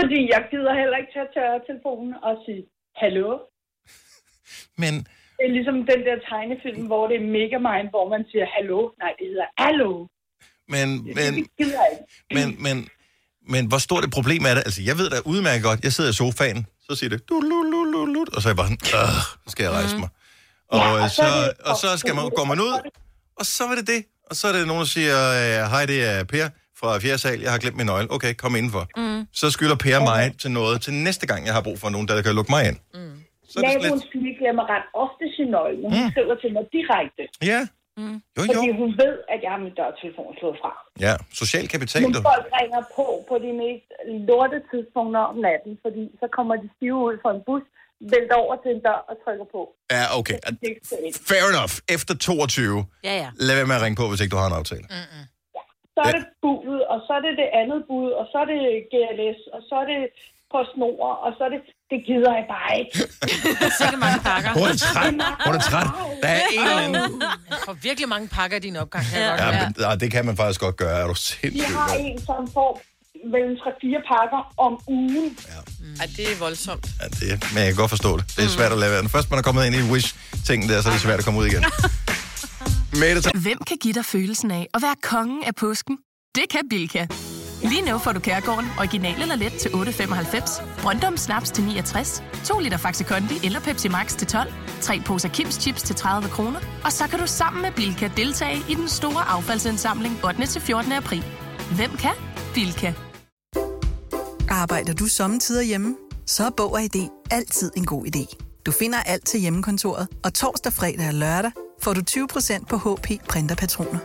J: fordi jeg gider heller ikke tage tørre telefonen og sige, hallo.
A: Men...
J: Det er ligesom den der tegnefilm, hvor det er mega mind, hvor man siger, hallo. Nej, det hedder hallo.
A: Men, men,
J: Gider jeg ikke.
A: men, men, men hvor stort et problem er det? Altså, jeg ved da udmærket godt, jeg sidder i sofaen, så siger det, du, lu, lu, lu, lu, og så er jeg bare sådan, "Åh, nu skal jeg rejse mig. Mhm. Og, øh, så, og så skal man, går man ud, og så var det det. Og så er det nogen, der siger, øh, hej, det er Per fra 4. sal, jeg har glemt min nøgle. Okay, kom indenfor. Mm. Så skylder Per mig til noget til næste gang, jeg har brug for nogen, der kan lukke mig ind.
J: Naboens pige glemmer ret ofte sin nøgle, men hun skriver til mig direkte.
A: Ja,
J: Mm.
A: Jo, jo.
J: Fordi hun ved, at jeg har min dørtelefon slået fra.
A: ja. Social kapital,
J: Men
A: du.
J: folk ringer på på de mest lorte tidspunkter om natten, fordi så kommer de stive ud fra en bus, vælter over til en dør og trykker på.
A: Ja, okay.
J: Det er ikke så let.
A: Fair enough. Efter 22,
J: Ja, ja.
A: lad være med at ringe på, hvis ikke du har en aftale.
J: Så er det budet, og så er det det andet bud, og så er det GLS, og så er det på snor, og så er det... Det gider jeg bare ikke.
E: Sikke mange pakker.
A: Hun er træt. Hun er træt. Der er en eller anden...
E: Jeg får virkelig mange pakker i din opgang. Kan jeg godt
A: Ja,
E: høre.
A: men, nej, det kan man faktisk godt gøre. Er du
J: Vi
A: sindssyg?
J: har en, som får mellem 3-4 pakker om ugen.
D: Ej, det er voldsomt.
A: Ja, det, men jeg kan godt forstå det. Det er svært at lade være. Når først man er kommet ind i Wish-tingen der, så er det svært at komme ud igen. Mette, tak.
S: Hvem kan give dig følelsen af at være kongen af påsken? Det kan Bilka. Lige nu får du Kærgården original eller let til 8.95, Brøndum Snaps til 69, 2 liter Faxi Kondi eller Pepsi Max til 12, 3 poser Kims Chips til 30 kroner, og så kan du sammen med Bilka deltage i den store affaldsindsamling 8. til 14. april. Hvem kan? Bilka.
T: Arbejder du sommetider hjemme? Så er Bog og ID altid en god idé. Du finder alt til hjemmekontoret, og torsdag, fredag og lørdag får du 20% på HP printerpatroner.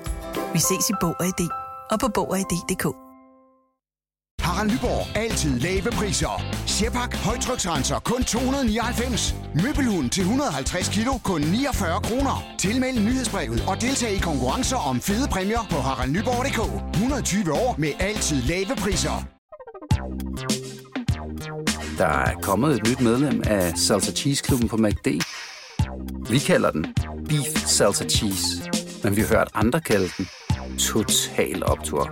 T: Vi ses i Bog og ID og på Bog og ID.dk.
U: Harald Nyborg. Altid lave priser. Sjehpak. Højtryksrenser. Kun 299. Møbelhund til 150 kilo. Kun 49 kroner. Tilmeld nyhedsbrevet og deltag i konkurrencer om fede præmier på haraldnyborg.dk. 120 år med altid lave priser.
V: Der er kommet et nyt medlem af Salsa Cheese Klubben på MACD. Vi kalder den Beef Salsa Cheese, men vi har hørt andre kalde den Total Optor.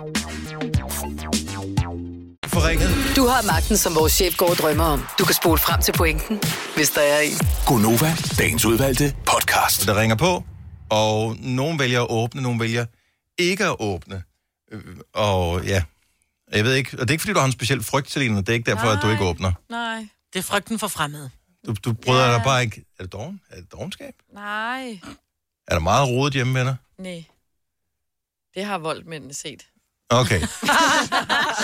A: Forringet.
S: Du har magten, som vores chef går og drømmer om. Du kan spole frem til pointen, hvis der er en.
A: Gonova, dagens udvalgte podcast. Der ringer på, og nogen vælger at åbne, nogen vælger ikke at åbne. Øh, Og ja, jeg ved ikke, og det er ikke, fordi du har en speciel frygt til det er ikke derfor, at du ikke åbner.
D: Nej.
C: Det er frygten for fremmede.
A: Du, du bryder dig bare ikke. Er det doven? Er det dovenskab?
D: Nej.
A: Er der meget rodet hjemme, venner?
D: Nej. Det har voldmændene set.
A: Okay.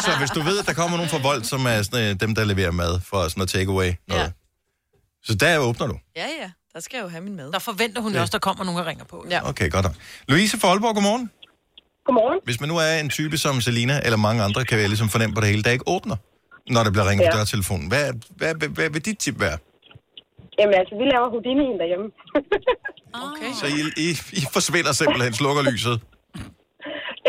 A: Så hvis du ved, at der kommer nogen fra Vold, som er sådan, øh, dem, der leverer mad fra sådan noget takeaway. Ja. Så der åbner du.
D: Ja, ja. Der skal jeg jo have min mad.
C: Der forventer hun
A: Ja.
C: ja. også, der kommer nogen og ringer på.
D: Ja.
A: Okay, godt nok. Louise fra Aalborg, godmorgen.
K: Godmorgen.
A: Hvis man nu er en type som Selina eller mange andre, kan jeg ligesom fornemme på det hele, der ikke åbner, når der bliver ringet ja.
K: Ja.
A: på dørtelefonen. Hvad, hvad, hvad, hvad vil dit tip være?
K: Jamen altså, vi laver Houdini'en derhjemme.
A: Så I, I, I forsvinder simpelthen, slukker lyset.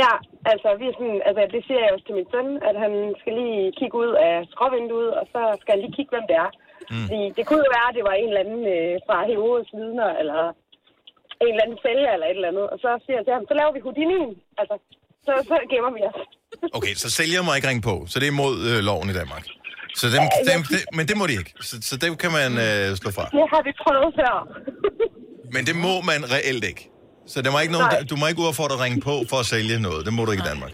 K: Ja, Altså, vi er sådan, altså, det siger jeg også til min søn, at han skal lige kigge ud af skråvinduet, og så skal han lige kigge, hvem det er. Mm. Fordi det kunne jo være, at det var en eller anden øh, fra Herodes vidner, eller en eller anden sælger, eller et eller andet. Og så siger jeg til ham, så laver vi Houdini'en. Altså, så, så gemmer vi os.
A: Okay, så sælger må ikke ringe på, så det er imod øh, loven i Danmark. Så dem, dem, dem, men det må de ikke, så, så det kan man øh, slå fra.
K: Det har vi prøvet før.
A: Men det må man reelt ikke. Så der må ikke nogen, der, du må ikke udfordre at ringe på for at sælge noget. Det må du ikke i Danmark.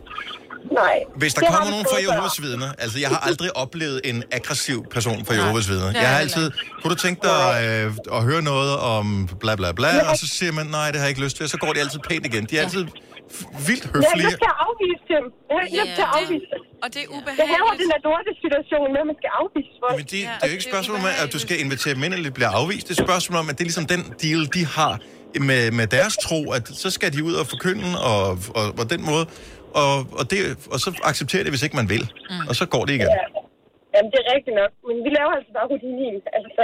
K: Nej.
A: Hvis der
K: det har
A: kommer
K: vi
A: nogen
K: prøvet før.
A: fra Jehovas vidner, altså jeg har aldrig oplevet en aggressiv person fra Jehovas vidner.
K: Nej,
A: Jeg har
K: heller
A: altid, kunne du tænke dig øh, at høre noget om bla bla bla, og så siger man, nej, det har jeg ikke lyst til, og så går de altid pænt igen. De er altid f- vildt
K: Jeg har ikke
A: høflige.
K: lyst til at afvise dem. Jeg har ikke lyst til at afvise dem.
D: Og det er ubehageligt.
K: Jeg hader den der lorte situation med, at man skal afvise folk.
A: Men det, det er jo ikke et spørgsmål om, at du skal invitere dem ind, eller de bliver afvist. Det er et spørgsmål om, at det er ligesom den deal, de har med, med deres tro, at så skal de ud og forkynde, og, og, og den måde. Og, og, det, og så accepterer det, hvis ikke man vil.
K: Mm.
A: Og så går det igen.
K: Ja. Jamen, det er rigtigt nok. Men vi laver altså bare rutinen. Altså,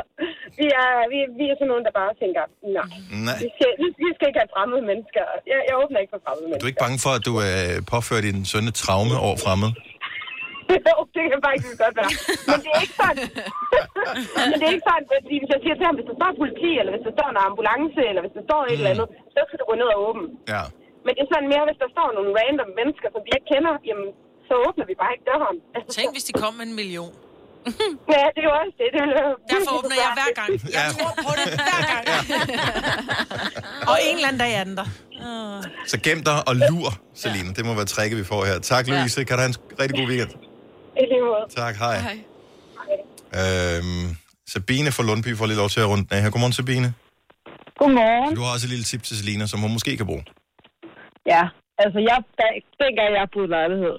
K: vi er, vi, vi er sådan nogen, der bare tænker, nej.
A: Nej.
K: Vi skal, vi- vi skal ikke have fremmede mennesker. Jeg, jeg åbner ikke for fremmede
A: Du
K: mennesker.
A: er ikke bange for, at du er påført din søn et traume over fremmed?
K: jo, det kan faktisk godt være. Men det er ikke sådan. Men det er ikke sådan, at vi- hvis jeg siger til ham, hvis der står politi, eller hvis der står en ambulance, eller hvis der står et
A: Mm.
K: eller andet, så skal du gå ned og åbne.
A: Ja.
K: Men det er sådan mere, hvis der står nogle random mennesker, som vi ikke kender, jamen, så åbner vi bare ikke døren. Altså,
E: Tænk, hvis de kom med en million.
K: ja, det er jo også det. det er jo...
E: Derfor åbner jeg hver gang. Jeg tror på det hver gang.
C: Ah.
E: Og en eller anden dag er den der.
A: Så gem dig og lur, Selina. Det må være tricket, vi får her. Tak, Louise. Kan du have en rigtig god weekend?
K: I lige måde.
A: Tak, hej. Øhm, Sabine fra Lundby får lige lov til at runde den af her. Godmorgen, Sabine.
J: Godmorgen.
A: Du har også et lille tip til Selina, som hun måske kan bruge.
J: Ja, altså jeg, da, dengang jeg boede i lejlighed,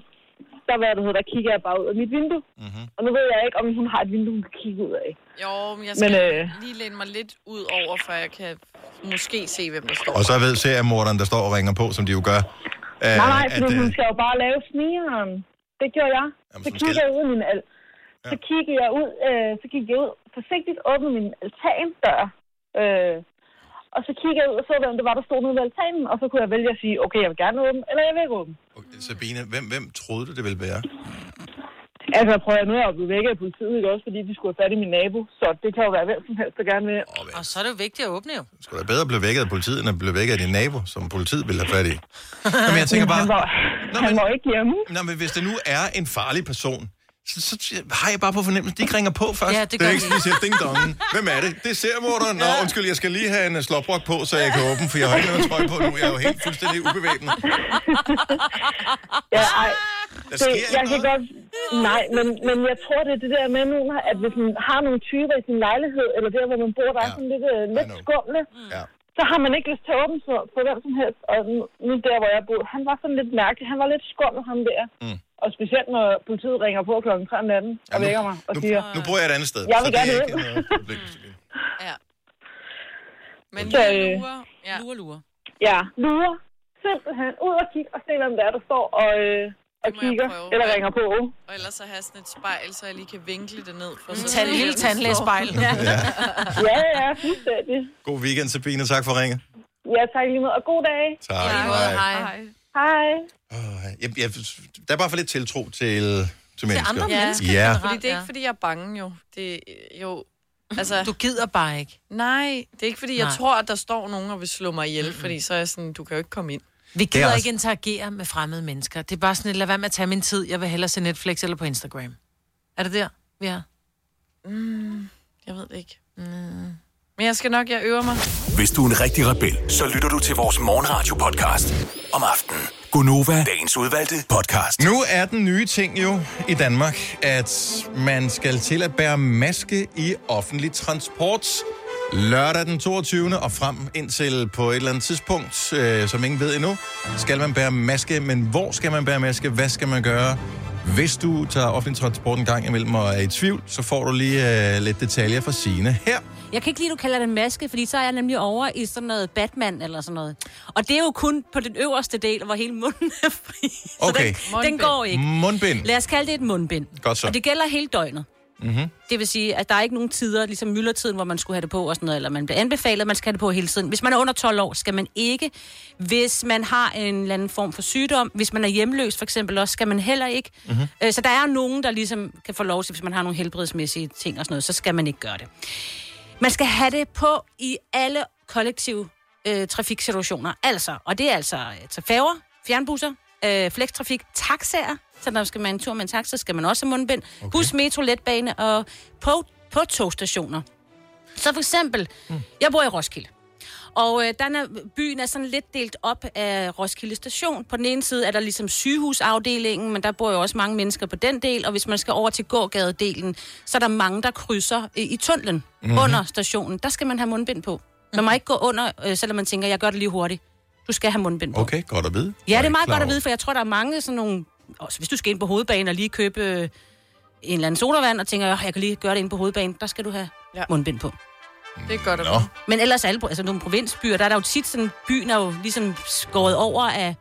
J: der, var det, hedder, der kigger jeg bare ud af mit vindue. Mm-hmm. Og nu ved jeg ikke, om hun har et vindue, hun kan kigge ud af.
D: Jo, men jeg skal
J: Men,
D: men,
J: øh,
D: øh... lige læne mig lidt ud over, for jeg kan måske se, hvem der står.
A: Og så ved seriemorderen, der står og ringer på, som de jo gør.
J: Øh, nej, nej, for
A: øh,
J: hun skal jo bare lave snigeren. Det gjorde jeg. Jamen, så kiggede jeg ud af min al- så kiggede jeg ud, øh, så gik jeg ud forsigtigt åbnede min altandør. Øh, og så kiggede jeg ud og så, hvem det var, der stod nede ved altanen, og så kunne jeg vælge at sige, okay, jeg vil gerne åbne, eller jeg vil ikke åbne.
A: Sabine, hvem, hvem troede du, det ville være?
J: Altså, prøv at nu er jeg jo blevet vækket af politiet, ikke også, fordi de skulle have fat i min nabo, så det kan jo være hvem som helst, der gerne vil.
E: Og så er det jo vigtigt at åbne jo.
A: Skulle da bedre blive vækket af politiet, end at blive vækket af din nabo, som politiet ville have fat i? Nå, men jeg tænker bare... Han var, nå, men, han
J: var ikke hjemme.
A: Nå, men hvis det nu er en farlig person, så, så har jeg bare på fornemmelsen, at de ikke ringer på først.
E: Ja, det
A: det
E: gør
A: er ikke
E: de.
A: sådan, at de siger, ding dong. Hvem er det? Det er seriemorderen. Nå, undskyld, jeg skal lige have en øh, slåbrok på, så jeg kan åbne, for jeg har ikke noget tøj på nu. Jeg er jo helt fuldstændig ubevæbnet.
J: Ja, ej.
A: Der
J: Det,
A: sker
J: jeg kan godt... Nej, men, men jeg tror, det er det der med nu, at hvis man har nogle typer i sin lejlighed, eller der, hvor man bor, der er sådan lidt, øh, lidt skumle, så har man ikke lyst til at åbne for, for hvem som helst. Og nu, nu der, hvor jeg bor, han var sådan lidt mærkelig. Han var lidt skummel, ham der. Mm. Og specielt, når politiet ringer på klokken 3 om natten og vækker mig og siger...
A: Nu bor jeg et andet sted.
J: Jeg vil
A: så det er
J: gerne
A: ikke
J: hjem.
A: noget problem.
D: Men
J: Så,
D: lige
J: øh,
D: lurer, ja. lurer, lurer.
J: Ja, lurer. Simpelthen ud og kigge og se, hvem der er, der står og, øh, og kigger
D: prøve.
J: eller ringer på.
D: Og ellers så have sådan et spejl, så jeg lige kan vinkle det ned. For så
E: Tag et lille tandlægespejl.
D: Ja.
J: Ja, ja, fuldstændig.
A: God weekend, Sabine. Tak for ringet.
J: Ja, tak i lige med, og god dag.
A: Tak. Ja, Hej.
J: Hej. Hej.
A: Jeg, jeg, der er bare for lidt tiltro til, til mennesker.
D: andre mennesker
A: Ja.
D: Fordi det er ikke, fordi jeg er bange jo. Det er jo... Altså,
E: Du gider bare ikke.
D: nej, det er ikke, fordi jeg
E: Nej.
D: tror, at der står nogen og vil slå mig ihjel, fordi så er jeg sådan, du kan jo ikke komme ind.
E: Vi gider også... ikke interagere med fremmede mennesker. Det er bare sådan, et, lad være med at tage min tid. Jeg vil hellere se Netflix eller på Instagram. Er det der, vi er?
D: Mm, jeg ved det ikke. Mm. Men jeg skal nok, jeg øver mig.
I: Hvis du er en rigtig rebel, så lytter du til vores morgenradio-podcast om aftenen. Gunova, dagens udvalgte podcast.
A: Nu er den nye ting jo i Danmark, at man skal til at bære maske i offentlig transport lørdag den 22. og frem indtil på et eller andet tidspunkt, øh, som ingen ved endnu, skal man bære maske. Men hvor skal man bære maske? Hvad skal man gøre? Hvis du tager offentlig transport en gang imellem og er i tvivl, så får du lige øh, lidt detaljer fra sine her.
B: Jeg kan ikke lide, du kalder den maske, fordi så er jeg nemlig over i sådan noget Batman eller sådan noget. Og det er jo kun på den øverste del, hvor hele munden er fri.
A: Okay.
B: Den, den går ikke.
A: Mundbind.
B: Lad os kalde det et mundbind.
A: Godt så.
B: Og det gælder hele døgnet.
A: Mm-hmm.
B: Det vil sige, at der er ikke nogen tider, ligesom myldretiden, hvor man skulle have det på og sådan noget, eller man bliver anbefalet, at man skal have det på hele tiden. Hvis man er under 12 år, skal man ikke. Hvis man har en eller anden form for sygdom, hvis man er hjemløs for eksempel også, skal man heller ikke.
F: Mhm.
B: Mm-hmm. Så der er nogen, der ligesom kan få lov til, hvis man har nogle helbredsmæssige ting og sådan noget, så skal man ikke gøre det. Man skal have det på i alle kollektive øh, trafiksituationer. Altså, og det er altså øh, til færger, fjernbusser, øh, flekstrafik, taxaer. Så når skal man en tur med en taxa, skal man også have mundbind. Okay. Bus, metro, letbane og på, på togstationer. Så for eksempel, mm. jeg bor i Roskilde. Og øh, den er, byen er sådan lidt delt op af Roskilde Station. På den ene side er der ligesom sygehusafdelingen, men der bor jo også mange mennesker på den del. Og hvis man skal over til gågadedelen, så er der mange, der krydser øh, i tunnelen
F: Mhm.
B: mm-hmm. under stationen. Der skal man have mundbind på. Man må ikke gå under, øh, selvom man tænker, jeg gør det lige hurtigt. Du skal have mundbind på.
A: Okay, godt at vide.
B: Ja, det er
A: ikke
B: meget
A: klar
B: godt at
A: over.
B: vide, for jeg tror, der er mange sådan nogle... Også hvis du skal ind på hovedbanen og lige købe øh, en eller anden sodavand, og tænker, "Åh, jeg kan lige gøre det ind på hovedbanen, der skal du have ja. mundbind på.
D: Det er godt at
A: Nå.
B: Men ellers alle, altså nogle provinsbyer, der er der jo tit sådan, byen er jo ligesom skåret over af,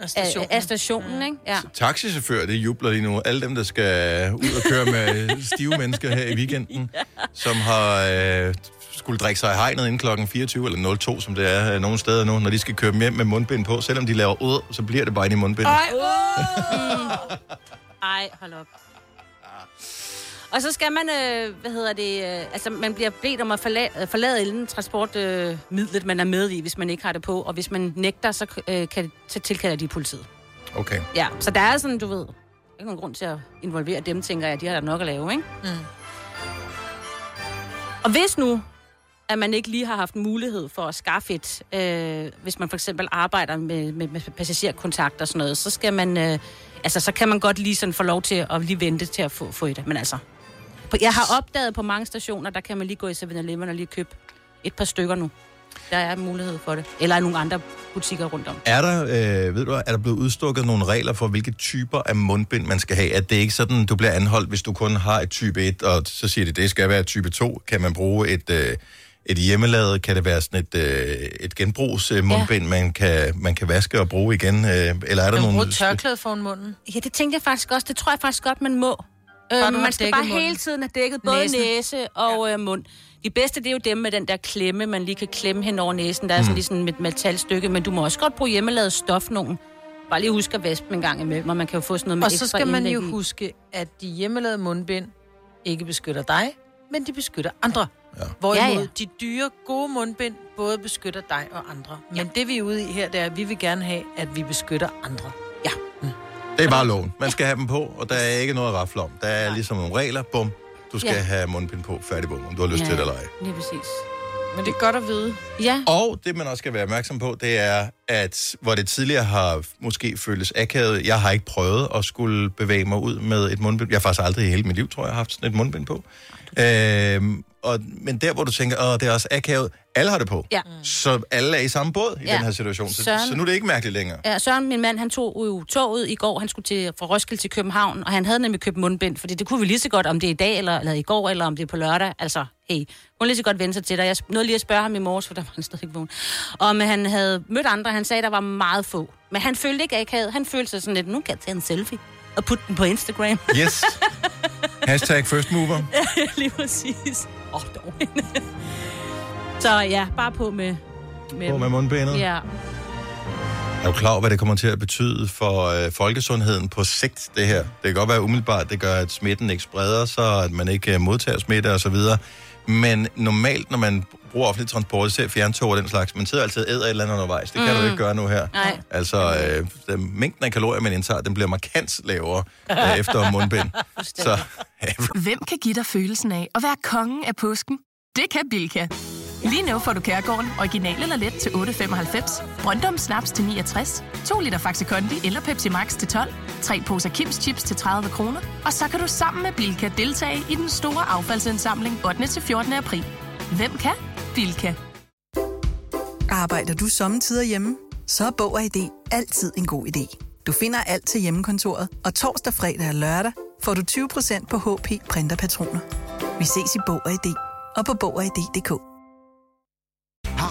B: af stationen, af, af stationen mm. ikke? Ja.
A: Taxichauffører, det jubler lige nu. Alle dem, der skal ud og køre med stive mennesker her i weekenden, som har øh, skulle drikke sig i hegnet inden klokken 24 eller 02, som det er øh, nogle steder nu, når de skal køre dem hjem med mundbind på. Selvom de laver ud, så bliver det bare inde i mundbindet.
B: Ej, uh. Ej, hold op. Og så skal man, øh, hvad hedder det, øh, altså man bliver bedt om at forlade, forlade inden transportmidlet, øh, midlet, man er med i, hvis man ikke har det på. Og hvis man nægter, så, øh, kan, så tilkalder de politiet.
A: Okay.
B: Ja, så der er sådan, du ved, ikke nogen grund til at involvere dem, tænker jeg, de har da nok at lave, ikke? Mm. Og hvis nu, at man ikke lige har haft mulighed for at skaffe et, øh, hvis man for eksempel arbejder med, med, med passagerkontakt og sådan noget, så skal man, øh, altså så kan man godt lige sådan få lov til at lige vente til at få, få et, men altså. På, jeg har opdaget på mange stationer, der kan man lige gå i 7-Eleven og lige købe et par stykker nu. Der er mulighed for det. Eller i nogle andre butikker rundt om.
A: Er der, øh, ved du, hvad, er der blevet udstukket nogle regler for, hvilke typer af mundbind man skal have? At det ikke sådan, du bliver anholdt, hvis du kun har et type 1, og så siger de, det skal være et type 2. Kan man bruge et, øh, et hjemmelavet? Kan det være sådan et, øh, et genbrugs øh, mundbind, ja. man, kan, man kan vaske og bruge igen? Øh, eller er der
C: Man bruger
A: nogle...
C: tørklæde foran munden.
B: Ja, det tænkte jeg faktisk også. Det tror jeg faktisk godt, man må.
C: Bare
B: Øh,
C: du har
B: man skal
C: dækket
B: bare
C: munden.
B: hele tiden have dækket både
C: Næsen.
B: Næsen. næse og ja. øh, mund. De bedste, det er jo dem med den der klemme, man lige kan klemme hen over næsen. Der er
A: Mm.
B: sådan lige sådan et metalstykke, men du må også godt bruge hjemmelavet stof nogen. Bare lige husk at vaske dem en gang imellem, og man kan jo få sådan noget med
C: Og så
B: ekstra
C: skal man
B: indlæg
C: jo
B: i.
C: huske, at de hjemmelavede mundbind ikke beskytter dig, men de beskytter andre. Ja. Hvorimod ja,
B: Ja,
C: ja.
B: ja.
C: de dyre, gode mundbind både beskytter dig og andre. Men ja. det vi er ude i her, det er, at vi vil gerne have, at vi beskytter andre.
A: Det er bare loven. Man skal have dem på, og der er ikke noget at rafle om. Der er ligesom nogle regler. Bum. Du skal
D: Ja.
A: ja. have mundbind på. Færdig bum, om du har lyst ja.
D: Ja.
A: til det eller ej.
B: Lige præcis.
D: Men det er godt at vide.
B: Ja.
A: Og det, man også skal være opmærksom på, det er, at hvor det tidligere har måske føltes akavet, jeg har ikke prøvet at skulle bevæge mig ud med et mundbind. Jeg har faktisk aldrig i hele mit liv, tror jeg, har haft sådan et mundbind på. Øhm, og, men der, hvor du tænker, åh, det er også akavet, alle har det på.
B: Ja.
A: Så alle er i samme båd i
B: Ja.
A: den her situation. Så,
B: Søren.
A: så nu er det ikke mærkeligt længere.
B: Ja, Søren, min mand, han tog jo toget i går. Han skulle til, fra Roskilde til København, og han havde nemlig købt mundbind, fordi det kunne vi lige så godt, om det er i dag, eller, eller i går, eller om det er på lørdag. Altså, hey, hun kunne lige så godt vende sig til dig. Jeg nåede lige at spørge ham i morges, for der var han stadig vågen. Om han havde mødt andre, han sagde, der var meget få. Men han følte ikke akavet. Han følte sig sådan lidt, nu kan jeg tage en selfie og putte den på Instagram.
A: Yes. Hashtag first mover.
B: Lige præcis. Åh, oh, dog. Så ja, bare på med...
A: På med mundbindet.
B: Ja.
A: Er du klar over, hvad det kommer til at betyde for øh, folkesundheden på sigt, det her? Det kan godt være umiddelbart, det gør, at smitten ikke spreder sig, at man ikke øh, modtager smitte osv. Men normalt, når man bruger offentlig transport, især fjerntog og den slags, man sidder altid og æder et eller andet undervejs. Det kan
B: Mm.
A: du ikke gøre nu her.
B: Nej.
A: Altså, øh, den, mængden af kalorier, man indtager, den bliver markant lavere øh, efter mundbind. Så
S: Hvem kan give dig følelsen af at være kongen af påsken? Det kan Bilka. Lige nu får du Kærgården original eller let til 8.95, Brøndum Snaps til 69, 2 liter Faxi Kondi eller Pepsi Max til 12, 3 poser Kims Chips til 30 kroner, og så kan du sammen med Bilka deltage i den store affaldsindsamling 8. til 14. april. Hvem kan? Bilka.
T: Arbejder du sommetider hjemme? Så er Bog og ID altid en god idé. Du finder alt til hjemmekontoret, og torsdag, fredag og lørdag får du 20% på HP Printerpatroner. Vi ses i Bog og ID og på Bog og ID.dk.
U: Har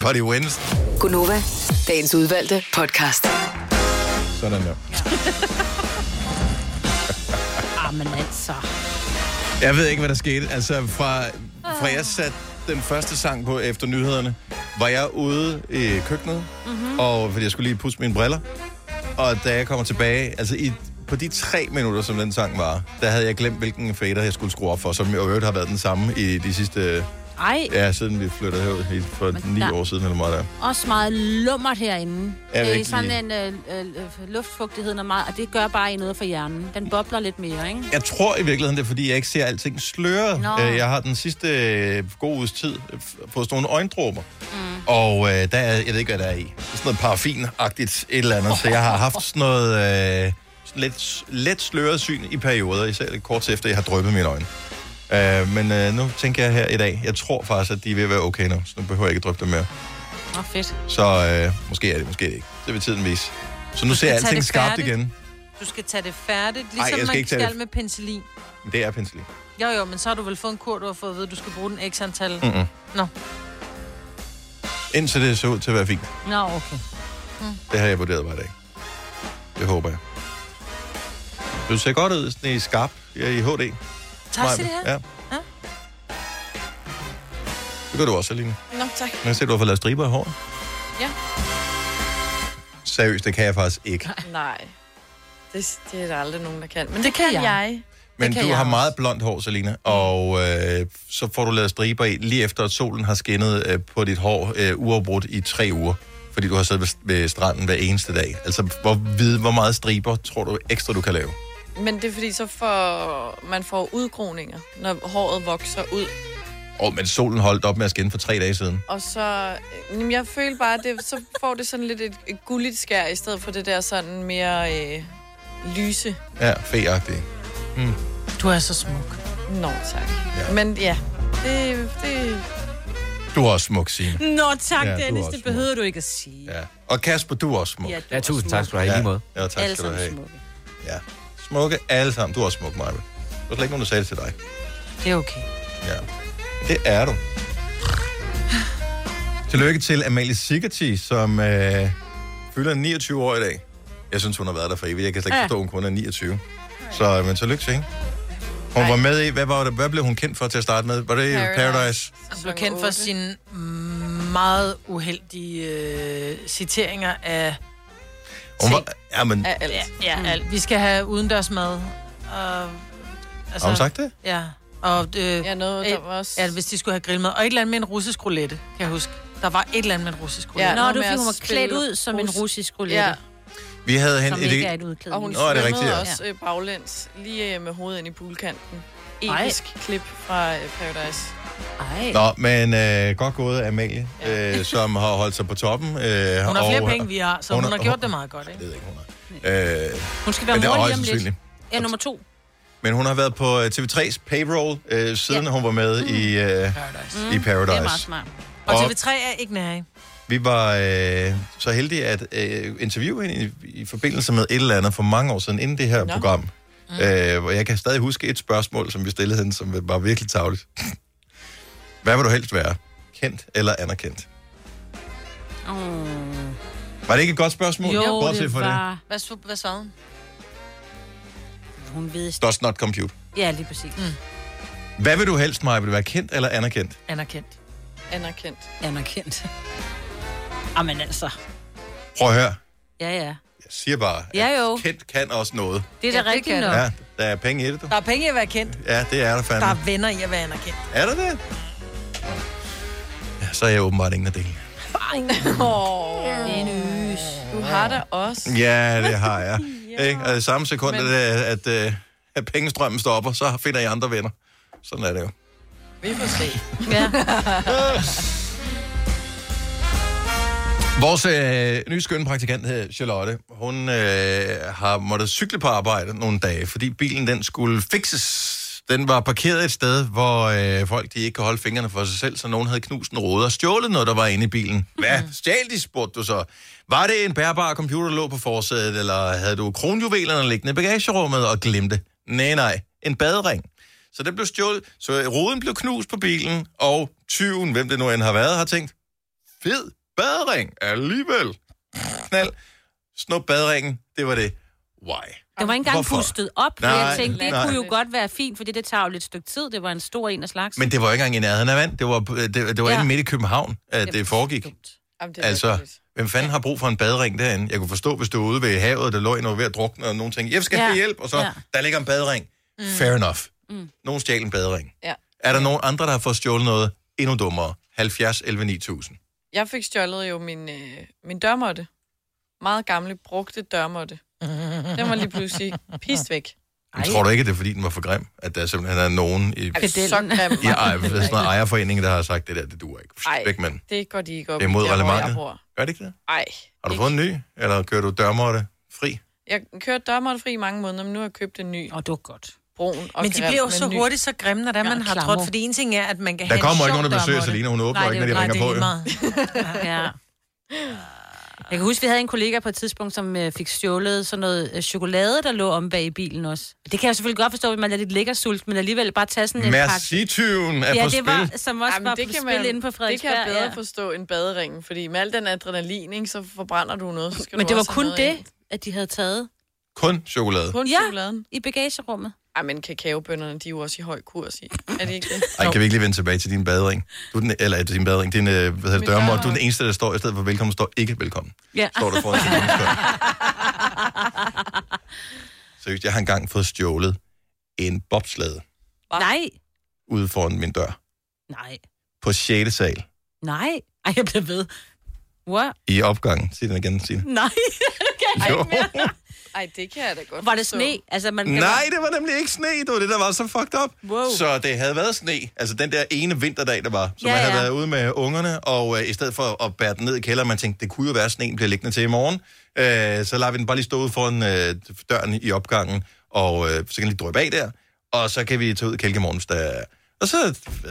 A: Party wins.
W: Gunova, dagens udvalgte podcast.
A: Sådan der.
B: Ah, men altså.
A: Jeg ved ikke, hvad der skete. Altså, fra, fra jeg satte den første sang på efter nyhederne, var jeg ude i køkkenet, mm-hmm.
B: Mhm.
A: og fordi jeg skulle lige pusse mine briller. Og da jeg kommer tilbage, altså i, på de tre minutter, som den sang var, der havde jeg glemt, hvilken fader jeg skulle skrue op for, som i øvrigt har været den samme i de sidste...
B: Ej,
A: Ja, siden vi flyttede herud helt for
B: Men
A: ni
B: der-
A: år siden, eller meget der.
B: også meget lummert herinde.
A: Jeg vil
B: det er
A: ikke
B: sådan
A: lige-
B: en øh, øh, luftfugtigheden er meget, og det gør bare noget for hjernen. Den bobler lidt mere, ikke?
A: Jeg tror i virkeligheden, det er, fordi jeg ikke ser alting sløret.
B: Nå.
A: Øh, Jeg har den sidste øh, gode uges tid øh, f- fået sådan nogle øjendråber. Mm. Og øh, der er, jeg ved ikke, hvad der er i. Det er Sådan noget paraffin-agtigt et eller andet. Så jeg har haft sådan noget øh, sådan lidt, let sløret syn i perioder, især lidt kort tid efter, jeg har drøbet mine øjne. Øh, men øh, nu tænker jeg her i dag, jeg tror faktisk, at de er ved at være okay nu, så nu behøver jeg ikke drøbe dem mere.
B: Åh, fedt.
A: Så øh, måske er det, måske er det ikke. Det vil tiden vise. Så nu ser jeg
C: skal tage
A: alting
C: det
A: skarpt
C: færdigt.
A: igen.
C: Du skal tage det færdigt,
A: Ej,
C: ligesom
A: jeg skal
C: man
A: ikke
C: ikke
A: tage
C: skal
A: det-
C: med penicillin.
A: Men Det er penicillin.
C: Jo, jo, men så har du vel fået en kur, du har fået at vide, at du skal bruge den x antal.
A: Mm-mm.
C: Mm. Nå.
A: Indtil det ser ud til at være fint.
B: Nå, okay.
A: Det har jeg vurderet mig i dag. Det håber jeg. Du ser godt ud sådan i skarp ja, i HD.
D: Tak skal du have.
A: Ja. Det gør du også, Aline.
D: Nå, tak.
A: Men jeg ser, du har fået lavet striber i håret.
D: Ja.
A: Seriøst, det kan jeg faktisk ikke.
D: Nej. Det, det er der aldrig nogen, der kan. Men det kan jeg. jeg.
A: Men
D: Det kan
A: du
D: jeg
A: har
D: også.
A: meget blondt hår, Selina, og øh, så får du lavet striber i, lige efter at solen har skinnet øh, på dit hår øh, uafbrudt i tre uger, fordi du har siddet ved, ved stranden hver eneste dag. Altså, hvor, vid, hvor meget striber tror du ekstra, du kan lave?
D: Men det er fordi, så får man får udgroninger, når håret vokser ud.
A: Og men solen holdt op med at skinne for tre dage siden.
D: Og så... øh, Jamen, jeg føler bare, at det, så får det sådan lidt et, et gulligt skær, i stedet for det der sådan mere øh, lyse.
A: Ja, feagtig. Mm.
C: Du er så smuk.
D: Nå, tak. Ja. Men ja, det... det...
A: Du er også smuk, Signe.
B: Nå, tak,
A: Ja, du
B: ja,
A: er
B: Dennis.
A: også
B: Det behøver du ikke at sige.
A: Ja. Og Kasper, du er også smuk.
B: Ja, du
A: ja tusind tak skal du have. Ja, lige måde. Ja, tak
B: Alle
A: skal du
B: sammen
A: have.
B: smukke.
A: Ja. Smukke alle sammen. Du er også smuk, Maja. Der var slet ikke nogen, der sagde det til dig.
C: Det er okay.
A: Ja. Det er du. Tillykke til Amalie Sigerti, som øh, fylder 29 år i dag. Jeg synes, hun har været der for evigt. Jeg kan slet ikke
Q: Ja.
A: forstå, at hun kun er 29. Så øh, men tillykke til hende. Hun var med i, hvad, var det, hvad blev hun kendt for til at starte med? Var det Paradise? Paradise?
C: Han blev kendt for sine mm, meget uheldige øh, citeringer af...
A: Hun var, ja, men,
C: af alt. Ja, ja, alt. Vi skal have udendørsmad. Og,
A: Har hun sagt det?
C: Ja. Og, øh, ja,
D: noget,
C: der var også... Ja, hvis de skulle have grillmad. Og et eller andet med en russisk roulette, kan jeg huske. Der var et eller andet med en russisk roulette.
B: Ja, Nå, noget du med fik, at hun var spille klædt ud som en rus- russisk roulette. Ja.
A: vi havde hende
B: Som ikke er et udklædning.
D: Og hun
A: Nå, er det rigtigt?
D: svømmede
A: Ja.
D: også øh, baglæns, lige øh, med hovedet ind i poolkanten.
B: Ej.
D: Episk Ej. klip fra øh, Paradise.
B: Ej.
A: Nå, men øh, godt gået af Amalie, øh, som har holdt sig på toppen. Øh, hun
C: Hun har flere penge, vi har, så hun, har gjort det meget godt, ikke?
A: Øh,
B: Hun skal være
A: men det er
B: mor
A: højst
B: lige om lidt.
A: sandsynligt.
B: Ja, nummer to.
A: Men hun har været på øh, TV3's payroll, øh, siden
B: Ja. Mm.
A: hun var med i, øh,
E: Mm.
A: i
C: Det er meget
A: Paradise.
C: smart.
A: Og-
C: Og TV3 er ikke nær
A: Vi var øh, så heldige at øh, interviewe hende i, i forbindelse med et eller andet for mange år siden, inden det her
C: Nå.
A: program. Mm. Øh, hvor jeg kan stadig huske et spørgsmål, som vi stillede hende, som var virkelig tavligt. Hvad vil du helst være? Kendt eller anerkendt?
B: Mm.
A: Var det ikke et godt spørgsmål? Bortset fra
C: Hvad, sv- hvad svarede hun?
B: Hun ved...
A: Does not compute.
B: Ja, lige præcis. Mm.
A: Hvad vil du helst, Maja? Vil du være kendt eller anerkendt?
C: Anerkendt.
D: Anerkendt.
B: Anerkendt. Jamen altså.
A: Prøv at høre.
B: Ja, ja.
A: Jeg siger bare, at
B: Ja, jo.
A: kendt kan også noget.
B: Det er da
C: Ja, det
B: rigtigt
C: kan
B: nok.
A: Ja, der er penge i det, du.
C: Der er penge i at være kendt.
A: Ja, det er der
C: Der
A: fandme.
C: er venner i at være anerkendt.
A: Er der det? Ja, så er jeg åbenbart ingen af dele.
D: Åh, Dennis. Du har da også.
A: Ja, det har jeg. Ikke? Og i samme sekund, Men... at, at, øh, at pengestrømmen stopper, så finder jeg andre venner. Sådan er det jo.
D: Vi får se.
C: Ja.
A: Vores øh, nye skønne praktikant hedder Charlotte. Hun øh, har måttet cykle på arbejde nogle dage, fordi bilen den skulle fixes. Den var parkeret et sted, hvor øh, folk de ikke kunne holde fingrene for sig selv, så nogen havde knust en rode og stjålet noget, der var inde i bilen. Hvad? Stjal de, spurgte du så. Var det en bærbar computer, der lå på forsædet, eller havde du kronjuvelerne liggende i bagagerummet og glemte? Nej, nej. En badering. Så den blev stjålet, så ruden blev knust på bilen, og tyven, hvem det nu end har været, har tænkt, fed badering alligevel. Knald. Snup baderingen, det var det. Why?
B: Det var ikke engang
A: Hvorfor?
B: pustet op, for
A: Nej,
B: jeg tænkte, det
A: nej.
B: kunne jo godt være fint, for det tager jo lidt stykke tid. Det var en stor en af slags.
A: Men det var jo ikke engang i nærheden af vand. Det var, øh, det, det var ja.
B: Ja.
A: inde midt i København, at øh, det foregik.
D: Jamen, det er
A: Altså, hvem fanden har brug for en badering derinde? Jeg kunne forstå, hvis du var ude ved havet, der lå en og var ved at drukne, og nogen tænkte, jeg skal
D: Ja.
A: have hjælp, og så,
D: Ja.
A: der ligger en badering.
D: Mm.
A: Mm. Fair enough.
D: Mm.
A: Mm. Nogen stjal en badering.
D: Ja.
A: Er der nogen andre, der har fået stjålet noget endnu dummere? 70, 11, 9000.
D: Jeg fik stjålet jo min, øh, min dørmåtte. Meget gamle, brugte dørmåtte. Den var lige pludselig pist væk.
A: Men tror du ikke, det er, fordi den var for grim? At der simpelthen er nogen i,
D: Altså, så grim var
A: i ej,
D: den
A: sådan en ejerforening, der har sagt, det der, det duer ikke.
D: Ej,
A: Væk med den.
D: det går de ikke op
A: Det er mod
D: i, der, hvor jeg
A: reglementet.
D: bor.
A: Gør det ikke det?
D: Ej,
A: Har du fået en ny, eller kører du dørmåtte fri?
D: jeg kørte dørmåtte fri i mange måneder, men nu har jeg købt en ny.
B: Og det var godt.
D: Brun og
E: Men de
D: grim,
E: bliver jo så
D: ny.
E: hurtigt så grimme, når det er, man
D: Ja,
E: har
D: klammer.
E: trådt. Fordi en ting er, at man kan
A: Der
E: have
A: kommer
E: en
A: ikke
E: sjov
A: nogen, der besøger
E: dørmåtte.
A: Selina. Hun åbner ikke, når de
E: det er-
A: ringer på, jo.
E: Nej, det er lige
B: ja. Jeg kan huske, vi havde en kollega på et tidspunkt, som øh, fik stjålet sådan noget øh, chokolade, der lå om bag i bilen også. Det kan jeg jo selvfølgelig godt forstå, at man er lidt lækker sult, men alligevel bare tage sådan en
A: Merci-tyven er
B: ja,
A: på
B: det
A: spil.
B: var, som også Jamen, var
D: det
B: på
D: kan
B: spil
D: man-
B: inde på
D: Det kan jeg
B: Frederiksberg.
D: bedre
B: ja.
D: forstå end baderingen, fordi med al den adrenalin, ikke, så forbrænder du noget. Så skal
B: Men
D: du
B: det var
D: også have
B: kun
D: noget
B: det,
D: ind.
B: at de havde taget.
A: Kun chokolade.
D: Kun
B: ja,
D: chokoladen.
B: i bagagerummet.
D: Ej, men kakaobønderne, de er jo også i høj kurs i. Er det ikke det?
A: Ej, kan vi ikke lige vende tilbage til din badering? Du er den, eller til din badering, din øh, hvad hedder, det,
D: Mit
A: dørmåtte.
D: dørmåtte.
A: Du er den eneste, der står i stedet for velkommen, står ikke velkommen.
B: Ja.
A: Står der foran sin Seriøst, jeg har engang fået stjålet en bobslade
B: Nej,
A: ude foran min dør
B: nej,
A: på 6. sal
B: nej. Ej, jeg bliver ved. What?
A: i opgangen. Sig den igen, Signe.
B: Nej, det kan jeg
A: Jo.
B: ikke mere.
D: Ej, det kan jeg da godt
B: Var det
D: forstå.
B: sne? Altså, man kan
A: Nej, det var nemlig ikke sne, det var det, der var så fucked up.
B: Wow.
A: Så det havde været sne, altså den der ene vinterdag, der var, så
B: Ja,
A: man havde
B: ja.
A: været ude med ungerne, og øh, i stedet for at bære den ned i kælderen, man tænkte, det kunne jo være, at sneen bliver liggende til i morgen, øh, så lader vi den bare lige stå ude foran øh, døren i opgangen, og øh, så kan den lige drøbe af der, og så kan vi tage ud i kælkemorgen, hvis der er- og så,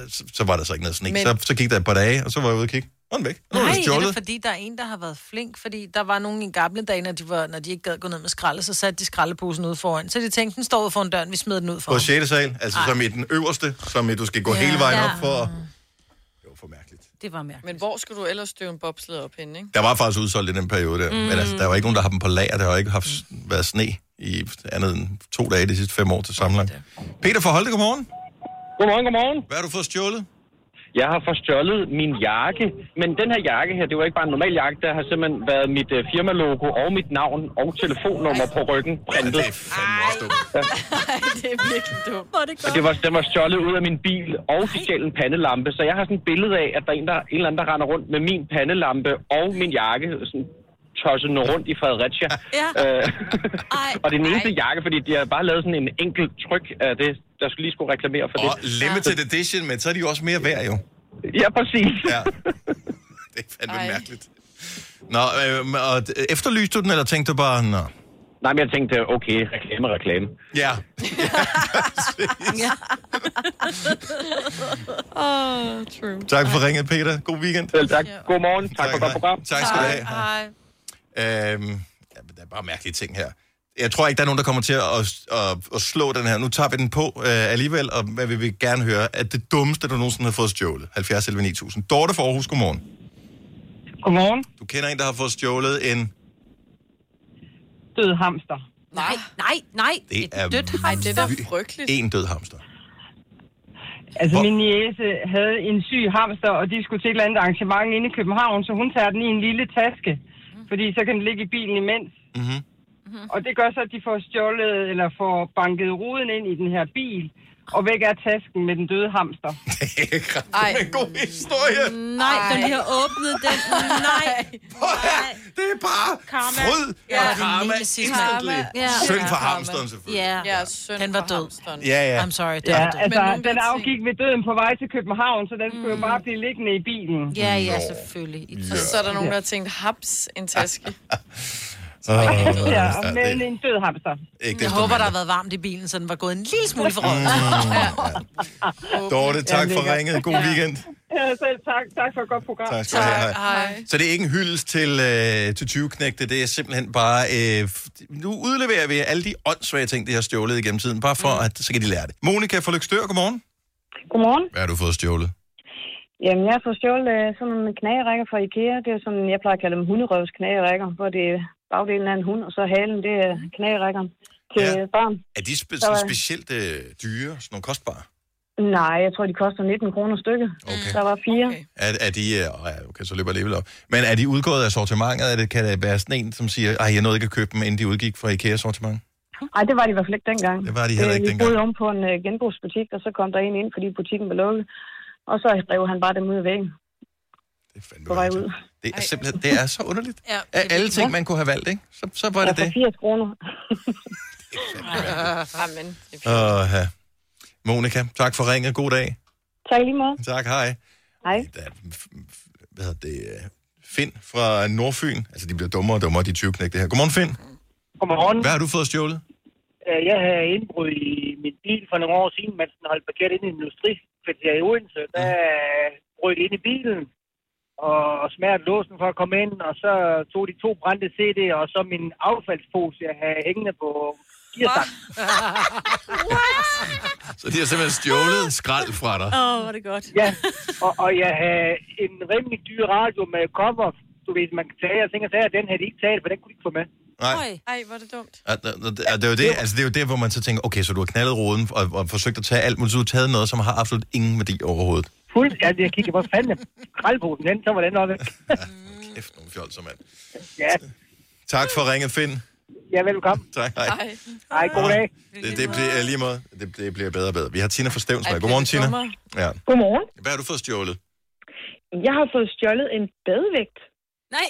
A: så, så var der så ikke noget sne.
E: Men-
A: Men... Så, så gik der et par dage, og så var jeg ude og kigge. Nu er den væk. Nu er den
E: Nej, er det
A: stjålet.
E: fordi, der er en, der har været flink? Fordi der var nogen i gamle dage, når de, var, når de ikke gad gå ned med skralde, så satte de skraldeposen ud foran. Så de tænkte, den står ud foran døren, vi smider den ud
A: På
E: foran.
A: 6. sal, altså
E: Ej.
A: som i den øverste, som i, du skal gå
E: Ja.
A: hele vejen
E: Ja.
A: op for.
B: Det var mærkeligt.
D: Men hvor skulle du ellers støve en bobsled op henne, ikke?
A: Der var faktisk udsolgt i den periode der, mm. men altså, der var ikke nogen, der har dem på lager. Der har ikke haft været sne i andet end to dage de sidste fem år til sammenlagt. Peter for Holte, godmorgen.
L: Godmorgen, godmorgen.
A: Hvad har du fået stjålet?
L: Jeg har forstjålet min jakke, men den her jakke her, det var ikke bare en normal jakke, der har simpelthen været mit uh, firmalogo og mit navn og telefonnummer på ryggen printet. Ja,
D: Ej, det er virkelig dumt.
B: Hvor er det
L: og det var, den var stjålet ud af min bil, og de stjal en pandelampe, så jeg har sådan et billede af, at der er en, der, en eller anden, der render rundt med min pandelampe og min jakke, sådan tossende rundt i Fredericia.
B: Ja.
L: Øh, og det er den eneste jakke, fordi de har bare lavet sådan en enkelt tryk af det, der skulle lige skulle reklamere for det.
A: Og limited edition, men så er de jo også mere værd jo.
L: Ja, præcis.
A: Ja. Det er fandme Ej. mærkeligt. Nå, øh, og d- efterlyste du den, eller tænkte du bare, nå?
L: Nej, men jeg tænkte, okay, reklame, reklame.
A: Ja.
B: Ja.
D: oh, true.
A: Tak for ringet, Peter. God weekend.
L: Selv tak. God morgen. Tak, tak for godt program.
A: Tak skal du have.
E: Hej.
A: Øhm, ja, men der er bare mærkelige ting her. Jeg tror ikke, der er nogen, der kommer til at, at, at, at slå den her. Nu tager vi den på øh, alligevel, og vi vil gerne høre, at det dummeste, du nogensinde har fået stjålet. 70 11 9000. Dorte fra Aarhus, godmorgen.
Q: Godmorgen.
A: Du kender en, der har fået stjålet en...
Q: Død hamster.
B: Nej, nej, nej.
A: Det er
B: Ej, det var
D: frygteligt.
A: en død hamster.
Q: Altså, min niece havde en syg hamster, og de skulle til et eller andet arrangement inde i København, så hun tager den i en lille taske, fordi så kan den ligge i bilen imens.
A: Mm-hmm.
E: Mhm.
Q: Og det gør så, at de får stjålet eller får banket ruden ind i den her bil, og væk er tasken med den døde hamster.
A: Ej. Det er en god historie.
E: Nej, da vi har åbnet den. Nej.
A: Det er bare
E: karma.
A: fryd.
C: Ja.
A: Ja. Karma
C: Karma.
A: instantly.
C: Ja.
A: Synd for
C: Ja.
A: hamsteren selvfølgelig.
E: Ja,
C: ja synd Den var død.
A: Ja, ja.
C: I'm sorry, den
Q: Ja,
C: var død.
Q: altså, den afgik ved døden på vej til København, så den skulle jo bare blive liggende i bilen.
E: Ja, ja, selvfølgelig. I
D: Og så er der nogen, der har tænkt, haps, en taske.
A: Åh,
Q: Ja,
A: ja,
Q: med
A: det-
Q: en død hamster.
A: Ikke
C: Jeg
A: desto
C: håber, der har
A: mindre.
C: været varmt i bilen, så den var gået en lille smule for
A: Mm.
C: rød.
A: Dorte, tak
Q: Ja,
A: for
Q: lækkert.
A: ringet. God
Q: Ja.
A: weekend.
Q: Ja, selv tak. Tak for et godt program.
A: Tak skal du have. Hej. Så det er ikke en hyldest til, øh, til 20-knægte, det er simpelthen bare... Øh, f- nu udleverer vi alle de åndssvage ting, de har stjålet igennem tiden, bare for at så kan de lære det. Monika fra Lykstør, godmorgen.
J: Godmorgen.
A: Hvad har du fået stjålet?
J: Jamen, jeg har fået stjålet øh, sådan nogle knagerækker fra Ikea. Det er sådan, jeg plejer at kalde dem hunderøvs knagerækker, hvor det er bagdelen af en hund, og så halen, det er knagerækkeren til
A: Ja.
J: ja. barn.
A: Er de spe-
J: Der var-
A: sådan specielt øh, dyre, sådan nogle kostbare?
J: Nej, jeg tror, de koster 19 kroner stykket.
A: Okay.
J: Der var fire. Okay.
A: Er, er de... Øh, åh, ja, okay, så løber jeg alligevel op. Men er de udgået af sortimentet? Er det, kan det være sådan en, som siger, at jeg nåede ikke at købe dem, inden de udgik fra IKEA-sortiment?
J: Ej, det var de i hvert fald ikke dengang.
A: Det var de heller ikke
J: vi boede om på en øh, genbrugsbutik, og så kom der en ind, fordi butikken var lukket. Og så rev han bare dem ud af væggen. Det
A: er fandme
J: på vej ud.
A: Det er simpelthen det er så underligt.
J: Ja,
A: Af alle ting, man kunne have valgt, ikke? Så, så var det
J: Ja,
A: det.
J: for 80 Altså, kroner.
D: Amen.
A: Åh, ja. Monika, tak for ringet. God dag.
J: Tak i lige måde.
A: Tak, hej.
J: Hej.
A: Hvad hedder det? øh, Finn fra Nordfyn. Altså, de bliver dummere og dummere, de 20 knægte her. Godmorgen, Finn.
X: Godmorgen.
A: Hvad har du fået stjålet?
X: Øh, Jeg havde indbrud i min bil for nogle år siden, mens den holdt parkeret inde i en industrikvarter i Odense. Der øh, brød de ind i bilen og smærte låsen for at komme ind, og så tog de to brændte CD'er, og så min affaldspose, jeg havde hængende på gearstangen.
A: Så de har simpelthen stjålet skrald fra dig.
X: Åh,
E: var det godt.
X: Ja, og, og jeg havde en rimelig dyr radio med cover, du ved, man kan tage, og tænker, at den havde de ikke taget, for den kunne de ikke få med.
A: Nej.
D: Ej, hvor er det dumt.
A: Og og- og- og det er jo det, altså, det er jo det, hvor man så tænker, okay, så du har knaldet roden og, og forsøgt at tage alt, men så har du taget noget, som har absolut ingen værdi overhovedet.
X: Fuld, ja, jeg kiggede, hvor fanden er kraldposen hen, så var den også væk.
A: Kæft, nogle fjolser, mand.
X: Ja,
A: Tak for ringet, Finn.
X: ja velkommen.
A: Tak, hej.
X: Hej. Hej, god dag.
A: Det, det bliver lige måde. Det, det bliver bedre og bedre. Vi har Tina fra Stævnsvej. Godmorgen, Tina. Ja.
K: Godmorgen.
A: Hvad har du fået stjålet?
K: Jeg har fået stjålet en badevægt.
E: Nej.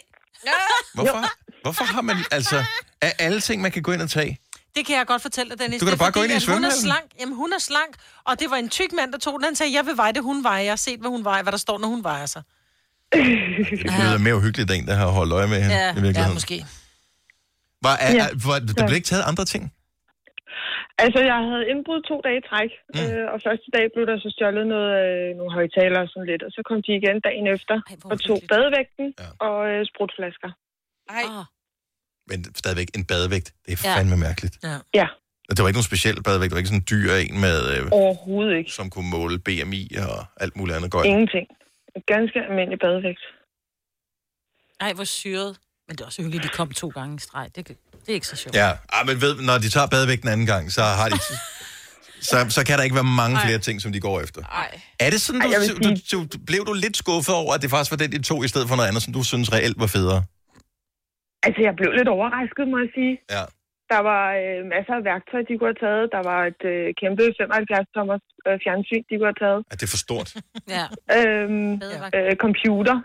A: Hvorfor, hvorfor har man, altså, af alle ting, man kan gå ind og tage?
C: Det kan jeg godt fortælle dig, Dennis.
A: Du kan da
C: Det er
A: bare gå
C: fordi,
A: ind i
C: at hun er
A: svømmehallen.
C: slank. Jamen, hun er slank, og det var en tyk mand, der tog den. Han sagde, jeg vil veje det, hun vejer. Jeg har set, hvad hun vejer, hvad der står, når hun vejer sig.
A: Det lyder mere uhyggeligt, end der har holdt øje med hende i virkeligheden.
C: ja, måske.
A: Var, er,
K: Ja.
A: er, var, der
K: Ja.
A: blev ikke taget andre ting?
K: Altså, jeg havde indbrud to dage i træk, mm. øh, og første dag blev der så stjålet noget, øh, nogle højtalere og sådan lidt, og så kom de igen dagen efter Ej, og tog badevægten ja. og øh, sprutflasker.
D: Ej.
A: Men stadigvæk en badevægt. Det er
K: Ja.
A: fandme mærkeligt.
C: Ja.
K: ja,
A: Og det var ikke nogen speciel badevægt. Det var ikke sådan en dyr en med... Øh,
K: Overhovedet ikke.
A: Som kunne måle BMI og alt muligt andet gøjl.
K: ingenting. Ganske almindelig badevægt.
E: Ej, hvor syret. Men det er også hyggeligt, at de kom to gange i streg. Det, det er ikke så sjovt.
A: Ja, ah, men ved, når de tager badevægten anden gang, så har de... så, så kan der ikke være mange
E: Nej.
A: flere ting, som de går efter.
D: Nej.
A: Er det sådan,
K: Ej, jeg vil
A: du, du, du, du, blev du lidt skuffet over, at det faktisk var den, de to i stedet for noget andet, som du synes reelt var federe?
K: Altså, jeg blev lidt overrasket, må jeg sige.
A: Ja.
K: Der var øh, masser af værktøj, de kunne have taget. Der var et øh, kæmpe 75-tommers øh, fjernsyn, de kunne have taget.
A: At det er for stort.
E: Ja.
K: Øhm, øh, computer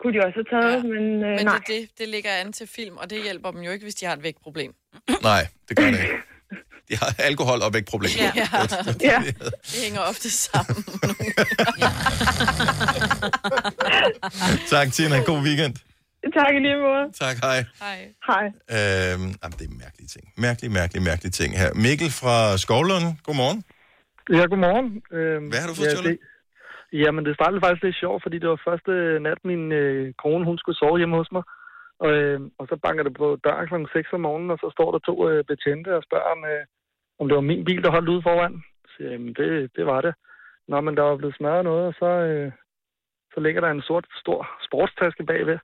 K: kunne de også have taget, ja. men øh,
D: Men
K: nej.
D: det, det, det ligger an til film, og det hjælper dem jo ikke, hvis de har et vægtproblem.
A: Nej, det gør det ikke. De har alkohol og vægtproblemer.
D: Ja.
K: ja.
D: Det hænger ofte sammen.
A: tak, Tina. God weekend.
K: Tak i lige måde.
A: Tak, hej.
D: Hej.
K: Hej.
A: Øhm, jamen, det er mærkelige ting. Mærkelige, mærkelige, mærkelige ting her. Mikkel fra Skovlund, godmorgen.
Y: Ja, godmorgen. Øhm,
A: Hvad har du fået stjålet?
Y: det- Jamen, det startede faktisk lidt sjovt, fordi det var første nat, min øh, kone hun skulle sove hjemme hos mig. Og, øh, og så banker det på døren kl. 6 om morgenen, og så står der to øh, betjente og spørger, om, øh, om det var min bil, der holdt ude foran. Så siger jeg, "Jamen, det, det var det. Nå, men der var blevet smadret noget, og så, øh, så ligger der en sort, stor sportstaske bagved.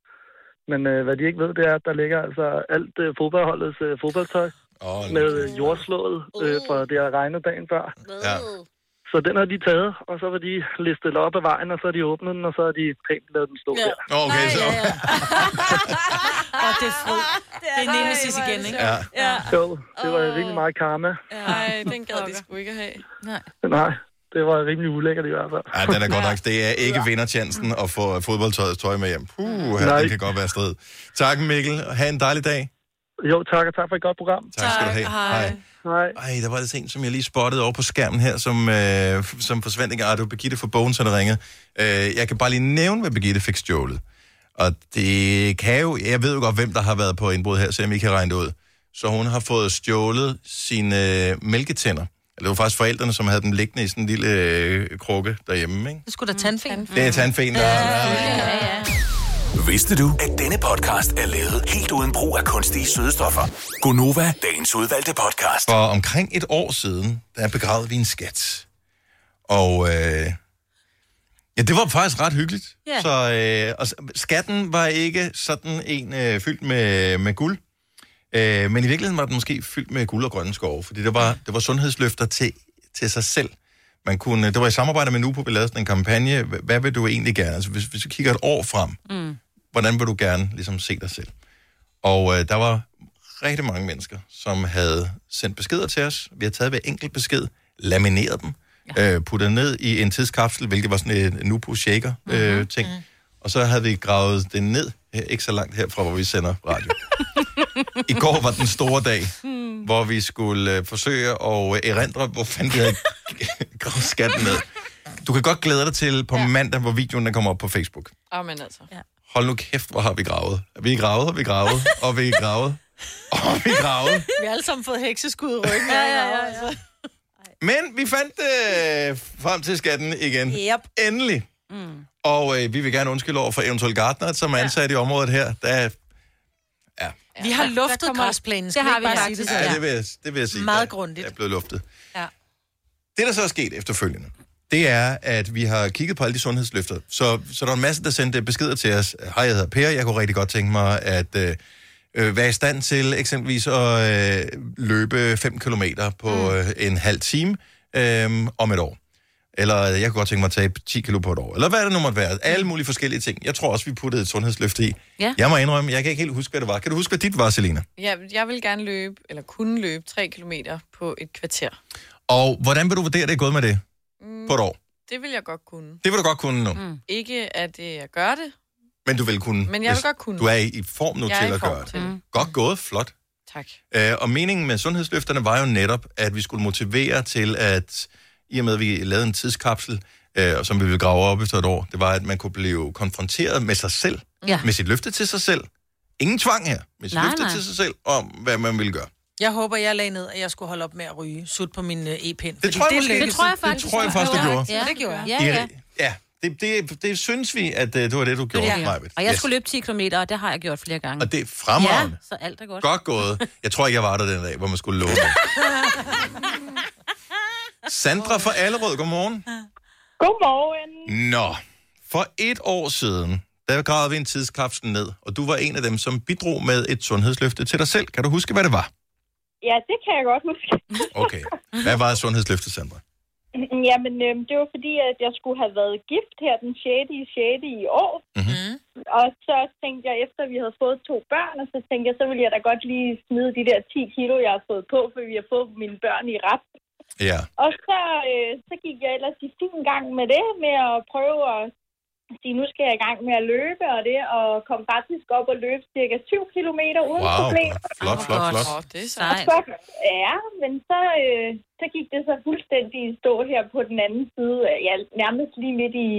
Y: Men øh, hvad de ikke ved, det er, at der ligger altså alt øh, fodboldholdets øh, fodboldtøj
A: oh,
Y: med øh, jordslået øh, fra det, der regnede dagen før.
A: Ja.
Y: Så den har de taget, og så var de listet op af vejen, og så har de åbnet den, og så har de pænt lavet den stå
A: Ja.
Y: der.
A: Nå, okay, så.
E: Og det er fryd. Det er nemesis igen, ikke?
A: Ja.
E: ja.
Y: Jo, det var rimelig meget karma.
D: Nej, den gad de sgu ikke have.
E: Nej.
Y: Nej, det var rimelig ulækkert i hvert fald.
A: Ja, den er godt nok. Det er ikke vindertjansen at få fodboldtøjets tøj med hjem. Puh, her,
Y: Nej.
A: det kan godt være strid. Tak Mikkel. Ha' en dejlig dag.
Y: Jo, tak, og tak for et godt program.
A: Tak skal du have. Hej.
Y: Hej.
A: Ej, der var altså en, som jeg lige spottede over på skærmen her, som, øh, f- som forsvandt ikke. Ah, det var Birgitte fra Bogen, der ringede. Øh, jeg kan bare lige nævne, hvad Birgitte fik stjålet. Og det kan jo... Jeg ved jo godt, hvem der har været på indbrud her, selvom I ikke har regnet det ud. Så hun har fået stjålet sine øh, mælketænder. Eller det var faktisk forældrene, som havde dem liggende i sådan en lille øh, krukke derhjemme, ikke?
C: Det skulle da tandfen.
A: Det er tandfen, der har været.
I: Vidste du, at denne podcast er lavet helt uden brug af kunstige sødestoffer? Gonova, dagens udvalgte podcast.
A: For omkring et år siden, der begravede vi en skat. Og øh, ja, det var faktisk ret hyggeligt.
O: Ja.
A: Så, øh, og s- skatten var ikke sådan en øh, fyldt med, med guld. Øh, men i virkeligheden var den måske fyldt med guld og grønne skove, fordi det var, det var sundhedsløfter til, til sig selv. Man kunne, det var i samarbejde med Nupo, vi lavede sådan en kampagne. Hva- Hvad vil du egentlig gerne? Altså, hvis, hvis du kigger et år frem,
O: Mm.
A: hvordan vil du gerne ligesom, se dig selv? Og øh, der var rigtig mange mennesker, som havde sendt beskeder til os. Vi har taget hver enkelt besked, lamineret dem, ja. øh, puttet ned i en tidskapsel, hvilket var sådan en Nupo Shaker-ting. Øh, ting. Og så havde vi gravet den ned, øh, ikke så langt herfra, hvor vi sender radio. I går var den store dag, hvor vi skulle øh, forsøge at øh, erindre, hvor fanden vi havde gravet skatten ned. Du kan godt glæde dig til på mandag, hvor videoen den kommer op på Facebook
D: Åh, men altså. Ja.
A: hold nu kæft, hvor har vi gravet. Vi er gravet, og vi er gravet, og vi er gravet, og vi er gravet.
E: Vi har alle sammen fået hekseskud i ryggen. ja, ja, ja, ja.
A: Men vi fandt øh, frem til skatten igen.
E: Yep.
A: Endelig. Mm. Og øh, vi vil gerne undskylde over for eventuelt Gartner, som er ansat i området her. Der er,
E: Vi har luftet græsplænen, skal
C: Det har
E: vi
C: vi
E: ikke bare sige
C: faktisk.
E: det?
A: ja, det, vil jeg, det vil jeg sige.
E: Meget
A: Det
E: grundigt.
A: er blevet luftet.
E: Ja.
A: Det, der så er sket efterfølgende, det er, at vi har kigget på alle de sundhedsløfter. Så, så der er en masse, der sendte beskeder til os. Hej, jeg hedder Per. Jeg kunne rigtig godt tænke mig at øh, øh, være i stand til eksempelvis at øh, løbe 5 km på mm. øh, en halv time øh, om et år. Eller øh, jeg kunne godt tænke mig at tabe 10 kilo på et år. Eller hvad det nu måtte være.
E: Mm.
A: Alle mulige forskellige ting. Jeg tror også, vi puttede et sundhedsløfte i.
D: Ja.
A: Jeg må indrømme, jeg kan ikke helt huske, hvad det var. Kan du huske, hvad dit var, Selina?
D: Jeg, jeg vil gerne løbe, eller kunne løbe, 3 kilometer på et kvarter.
A: Og hvordan vil du vurdere, det er gået med det
D: Mm,
A: på et år?
D: Det vil jeg godt kunne.
A: Det vil du godt kunne nu. Mm.
D: Mm. Ikke at øh, jeg gør det.
A: Men du vil kunne.
D: Men jeg vil
A: hvis
D: godt kunne.
A: Du er i, i form nu
D: Jeg er
A: til
D: i
A: at
D: form
A: gøre
D: til
A: det. Mm.
D: det.
A: Godt gået, flot.
D: Tak.
A: Øh, og meningen med sundhedsløfterne var jo netop, at vi skulle motivere til, at i og med, at vi lavede en tidskapsel, øh, og som vi ville grave op efter et år, det var, at man kunne blive konfronteret med sig selv,
C: Ja.
A: med sit løfte til sig selv. Ingen tvang her, med sit
E: Nej,
A: løfte
E: nej.
A: til sig selv, om hvad man ville gøre.
E: Jeg håber, jeg lagde ned, at jeg skulle holde op med at ryge. Sut på min øh, e-pind. fordi
A: tror jeg måske-
E: lykkedes.
A: Det tror jeg faktisk, Det tror jeg faktisk, du gjorde.
E: Ja, det gjorde jeg.
B: Ja, ja.
A: ja det, det, det synes vi, at øh, det var det, du gjorde,
B: Ja.
A: Maj-Brit.
B: Og jeg skulle løbe 10 km, og det har jeg gjort flere gange.
A: Og det er fremragende.
B: Ja, så alt er godt.
A: Godt gået. Jeg tror ikke, jeg var der den dag, hvor man skulle love det. Sandra fra Allerød, godmorgen.
Z: Godmorgen.
A: Nå, for et år siden, der gravede vi en tidskapsel ned, og du var en af dem, som bidrog med et sundhedsløfte til dig selv. Kan du huske, hvad det var?
Z: Ja, det kan jeg godt huske.
A: Okay. Hvad var sundhedsløftet, Sandra?
Z: Jamen, øh, det var fordi, at jeg skulle have været gift her den 6. i 6. i år.
A: Mm-hmm.
Z: Og så tænkte jeg, efter vi havde fået to børn, og så tænkte jeg, så ville jeg da godt lige smide de der 10 kilo, jeg har fået på, for vi har fået mine børn i ret.
A: Ja.
Z: Og så, øh, så gik jeg ellers i fin gang med det, med at prøve at sige, nu skal jeg i gang med at løbe, og det, og kom faktisk op og løbe cirka 20 km uden
A: Wow,
Z: problem.
A: flot, flot, Godt. flot.
D: Åh, det er
Z: Og
D: sejt.
Z: så, ja, men så, øh, så gik det så fuldstændig i stå her på den anden side, øh, ja, nærmest lige midt i,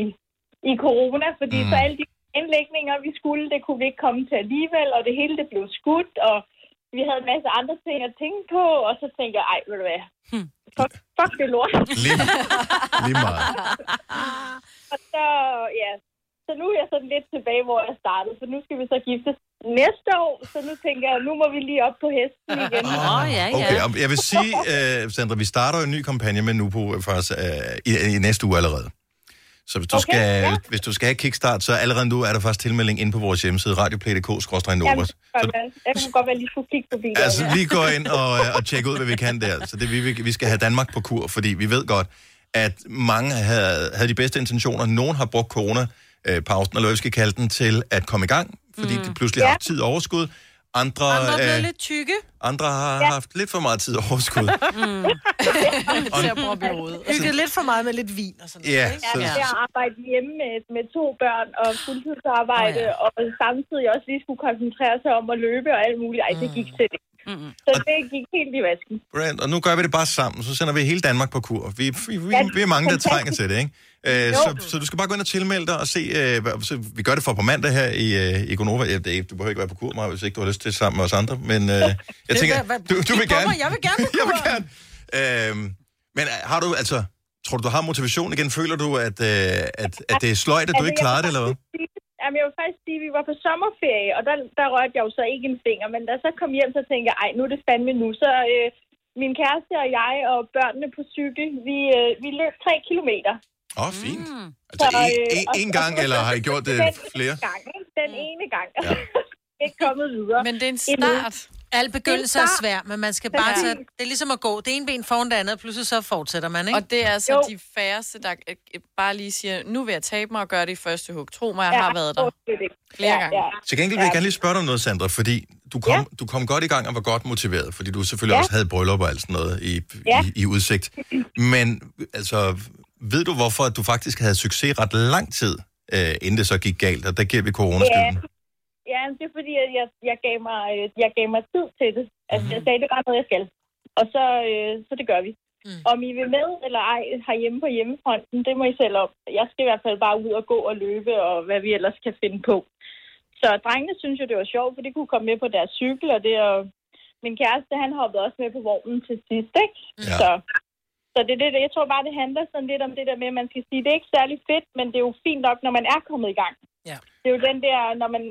Z: i corona, fordi mm. så alle de indlægninger, vi skulle, det kunne vi ikke komme til alligevel, og det hele det blev skudt, og vi havde en masse andre ting at tænke på, og så tænkte jeg, ej, ved du hvad, fuck, fuck det lort.
A: Lige, lige meget.
Z: Og så, ja, så nu er jeg sådan lidt tilbage, hvor jeg startede, for nu skal vi så giftes næste år, så nu tænker jeg, nu må vi lige op på hesten igen. Åh, oh, ja,
A: Okay, og jeg vil sige, uh, Sandra, vi starter jo en ny kampagne med Nupo øh, faktisk, uh, i, i næste uge allerede. Så hvis du,
Z: Okay,
A: okay, skal,
Z: ja.
A: ja. hvis du skal have kickstart, så allerede nu er der faktisk tilmelding inde på vores hjemmeside, radioplay.dk-novert.
Z: Jeg kunne godt være lige skulle kigge forbi.
A: Altså, lige gå ind og, øh, og tjekke ud, hvad vi kan der. Så det, vi, vi skal have Danmark på kur, fordi vi ved godt, at mange havde, havde de bedste intentioner. Nogen har brugt corona-pausen, eller hvad vi skal kalde den, til at komme i gang, fordi mm. de pludselig ja. har haft tid og overskud. Andre,
E: Andre
A: andre,
E: blev
A: øh,
E: lidt tykke.
A: andre har ja. haft lidt for meget tid og overskud.
E: mm. til at proppe ud. Hygget lidt for meget med lidt vin og sådan
A: Ja,
Z: Ja,
A: så,
Z: det er at arbejde hjemme med, med to børn og fuldtidsarbejde,
E: Åh,
Z: oh, ja. og samtidig også lige skulle koncentrere sig om at løbe og alt muligt. Ej, det gik til det. Mm. Så det gik helt i vasken.
A: Brand, og nu gør vi det bare sammen, så sender vi hele Danmark på kur. Vi, vi, vi,
Z: Ja,
A: vi er mange, der
Z: fantastisk.
A: trænger til det, ikke? Øh,
Z: Jo.
A: så, så du skal bare gå ind og tilmelde dig og se, øh, hvad- så vi gør det for på mandag her i, øh, i Gonova. Ja, det, du behøver ikke være på kur, Maja, hvis ikke du har lyst til sammen med os andre, men øh, jeg
E: Det
A: tænker,
E: der, hvad-
A: du, du vil
E: Kig på
A: gerne.
E: mig, Jeg vil gerne på
A: jeg vil
E: kuren.
A: gerne. Øhm, men øh, har du, altså, tror du, du har motivation igen? Føler du, at, øh, at, at det er sløjt, at du
Z: Altså,
A: ikke
Z: jeg
A: klarer
Z: vil
A: det, eller hvad?
Z: faktisk sige- Jamen, jeg vil faktisk sige, at vi var på sommerferie, og der, der rørte jeg jo så ikke en finger. Men da jeg så kom hjem, så tænkte jeg, ej, nu er det fandme nu. Så øh, min kæreste og jeg og børnene på cykel, vi, øh, vi løb tre kilometer.
A: Åh, oh, fint.
D: Mm.
A: Altså,
Z: Så,
A: en,
Z: øh,
A: en,
Z: og-
A: en gang, eller har I gjort det
Z: Den
A: flere?
Z: ene gang, ikke? Den ene gang. Ja. ikke kommet videre.
D: Men det er en
Z: start.
C: Al begyndelse er svær, men man skal bare
D: Præcis.
C: tage... Det er ligesom at gå. Det ene ben foran det andet, og pludselig så fortsætter man, ikke?
D: Og det er så de færreste, der øh, øh, bare lige siger, nu vil jeg tabe mig og gøre det i første hug. Tro mig, jeg har været der. Flere gange.
A: Til gengæld vil jeg gerne lige spørge dig om noget, Sandra, fordi du kom, ja. du kom godt i gang og var godt motiveret, fordi du selvfølgelig ja.
Z: Ja.
A: også havde bryllup og alt sådan noget i, ja.
Z: Ja.
A: i, i udsigt. Men altså, ved du hvorfor, at du faktisk havde succes ret lang tid, øh, inden det så gik galt, og der giver vi coronaskylden? Ja.
Z: Ja, men det er fordi, at jeg, jeg, gav mig, øh, jeg gav mig tid til det. Altså, jeg sagde, det er bare noget, jeg skal. Og så, øh, så det gør vi. Mm. Om I vil med eller ej herhjemme på hjemmefronten, det må I selv op. Jeg skal i hvert fald bare ud og gå og løbe, og hvad vi ellers kan finde på. Så drengene synes jo, det var sjovt, for de kunne komme med på deres cykel, og det og min kæreste, han hoppede også med på vognen til sidst, ikke?
A: Ja.
Z: Så, så det, er det, der- jeg tror bare, det handler sådan lidt om det der med, at man skal sige, det er ikke særlig fedt, men det er jo fint nok, når man er kommet i gang.
E: Ja.
Z: Det er jo den der, når man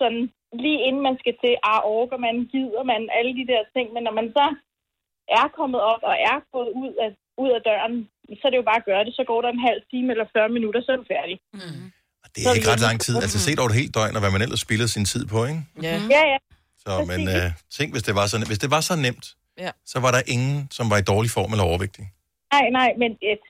Z: sådan lige inden man skal til, ah, orker man, gider man, alle de der ting, men når man så er kommet op og er gået ud af, ud af døren, så er det jo bare at gøre det. Så går der en halv time eller 40 minutter, så er du færdig. Mm.
A: Det er ikke ret lang tid, altså set over et helt døgn, og hvad man ellers spilder sin tid på, ikke?
D: Ja.
Z: ja, ja.
A: Så, men øh, tænk, hvis det, var så, hvis det var så nemt,
D: ja.
A: så var der ingen, som var i dårlig form eller overvægtig.
Z: Nej, nej, men et,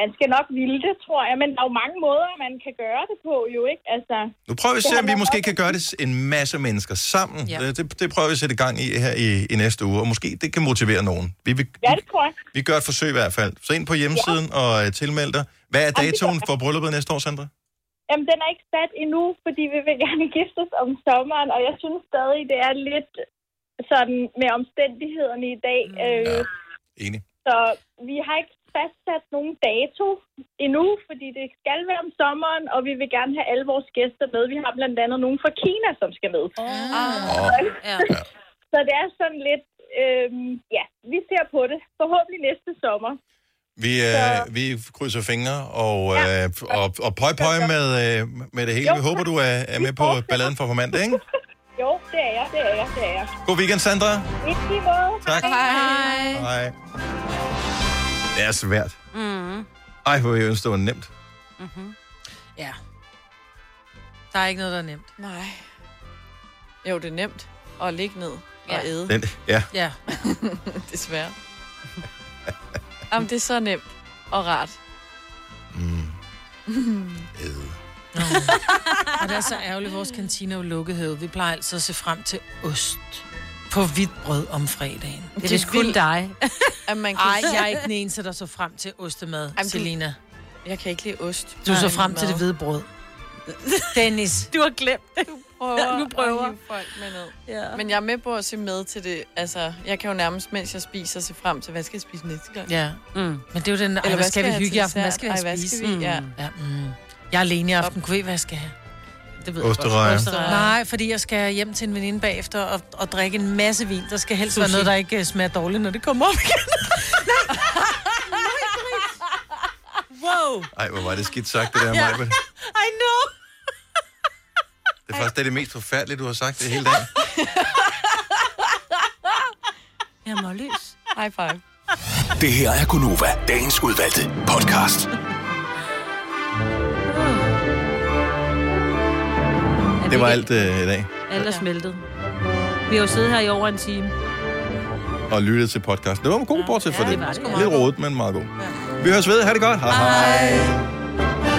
Z: man skal nok ville det, tror jeg. Men der er jo mange måder, man kan gøre det på, jo ikke? Altså,
A: Nu prøver vi at
Z: Det
A: se, om vi
Z: handler
A: måske kan gøre det s- en masse mennesker sammen.
Z: Ja.
A: Ja. Det, det prøver vi at sætte i gang i her i, i næste uge, og måske det kan motivere nogen. Vi, vi,
Z: ja, det tror jeg.
A: vi gør et forsøg i hvert fald. Så ind på hjemmesiden ja. og øh, tilmeld dig. Hvad er
Z: Jamen, det gør
A: datoen
Z: jeg.
A: for brylluppet næste år, Sandra?
Z: Jamen, den er ikke sat endnu, fordi vi vil gerne giftes om sommeren, og jeg synes stadig, det er lidt sådan med omstændighederne i dag. Mm. Øh, ja,
A: enig.
Z: Så vi har ikke fastsat nogen dato endnu, fordi det skal være om sommeren, og vi vil gerne have alle vores gæster med. Vi har blandt andet nogen fra Kina, som skal med. Ah.
A: Åh.
Z: Ja. så det er sådan lidt, øh, ja, vi ser på det. Forhåbentlig næste sommer.
A: Vi, øh, vi krydser fingre og, øh, og, og pøj pøj med, øh, med det hele. Vi håber, du er, er med på balladen for på mandag, ikke?
Z: Jo, det er jeg, det er jeg, det er jeg.
A: God weekend, Sandra.
Z: I lige måde.
A: Tak.
Z: Hej.
A: Hej. Det er svært.
E: Mm.
A: Ej, hvor jeg ønsker, det var nemt.
E: Mm-hmm.
C: Ja. Der er ikke noget, der er nemt.
D: Nej. Jo, det er nemt at ligge ned og æde.
A: Den, ja.
C: Ja.
D: Desværre. Jamen, det er så nemt og rart.
C: Mm. Og det er så ærgerligt, vores kantine er jo lukket herude. Vi plejer altså at se frem til ost på hvidt brød om fredagen.
E: Det er vist kun
C: dig.
D: At man
C: Ej, jeg er ikke den eneste, der så frem til ostemad,
D: Jamen,
C: Jamen,
D: du-
C: Selina.
D: Jeg kan ikke lide ost.
C: Du så
D: Nej,
C: frem til
D: mad.
C: det hvide brød. Dennis.
E: Du har glemt det.
D: Du prøver,
E: Nu prøver.
D: at hive folk med ned. Ja. Men jeg er med på at se med til det. Altså, jeg kan jo nærmest, mens jeg spiser, se frem til, hvad skal jeg spise næste gang?
C: Ja. Mm. Men det er jo den, ej,
D: Eller
C: hvad skal vi
D: jeg have
C: hygge
D: til
C: i aften? Hvad
D: dessert?
C: skal vi have
D: Ej, hvad
C: at spise?
D: skal vi? Ja.
C: Ja, mm. Jeg er alene i aften. Kunne I, hvad jeg skal have? Det
A: ved jeg Osterrejer. godt.
C: Osterrejer. Nej, fordi jeg skal hjem til en veninde bagefter og, og drikke en masse vin. Der skal helst være
E: Sushi.
C: noget, der ikke øh, smager dårligt, når det kommer op igen. wow.
A: Ej, hvor var det skidt sagt, det der,
C: Ja.
A: Maja.
C: I know.
A: Det er faktisk det, er det mest forfærdelige, du har sagt det hele dagen.
B: Jeg må løs.
D: High five.
I: Det her er Gunova, dagens udvalgte podcast.
A: Det var alt øh, i dag.
B: Alt er smeltet. Vi har jo siddet her i over en time.
A: Og lyttet til podcasten. Det var en god, bortset for
B: ja,
A: det.
B: det var det, ja.
A: Lidt rodet, men meget god.
B: Ja.
A: Vi høres ved. Ha' det godt. Hej. Hej.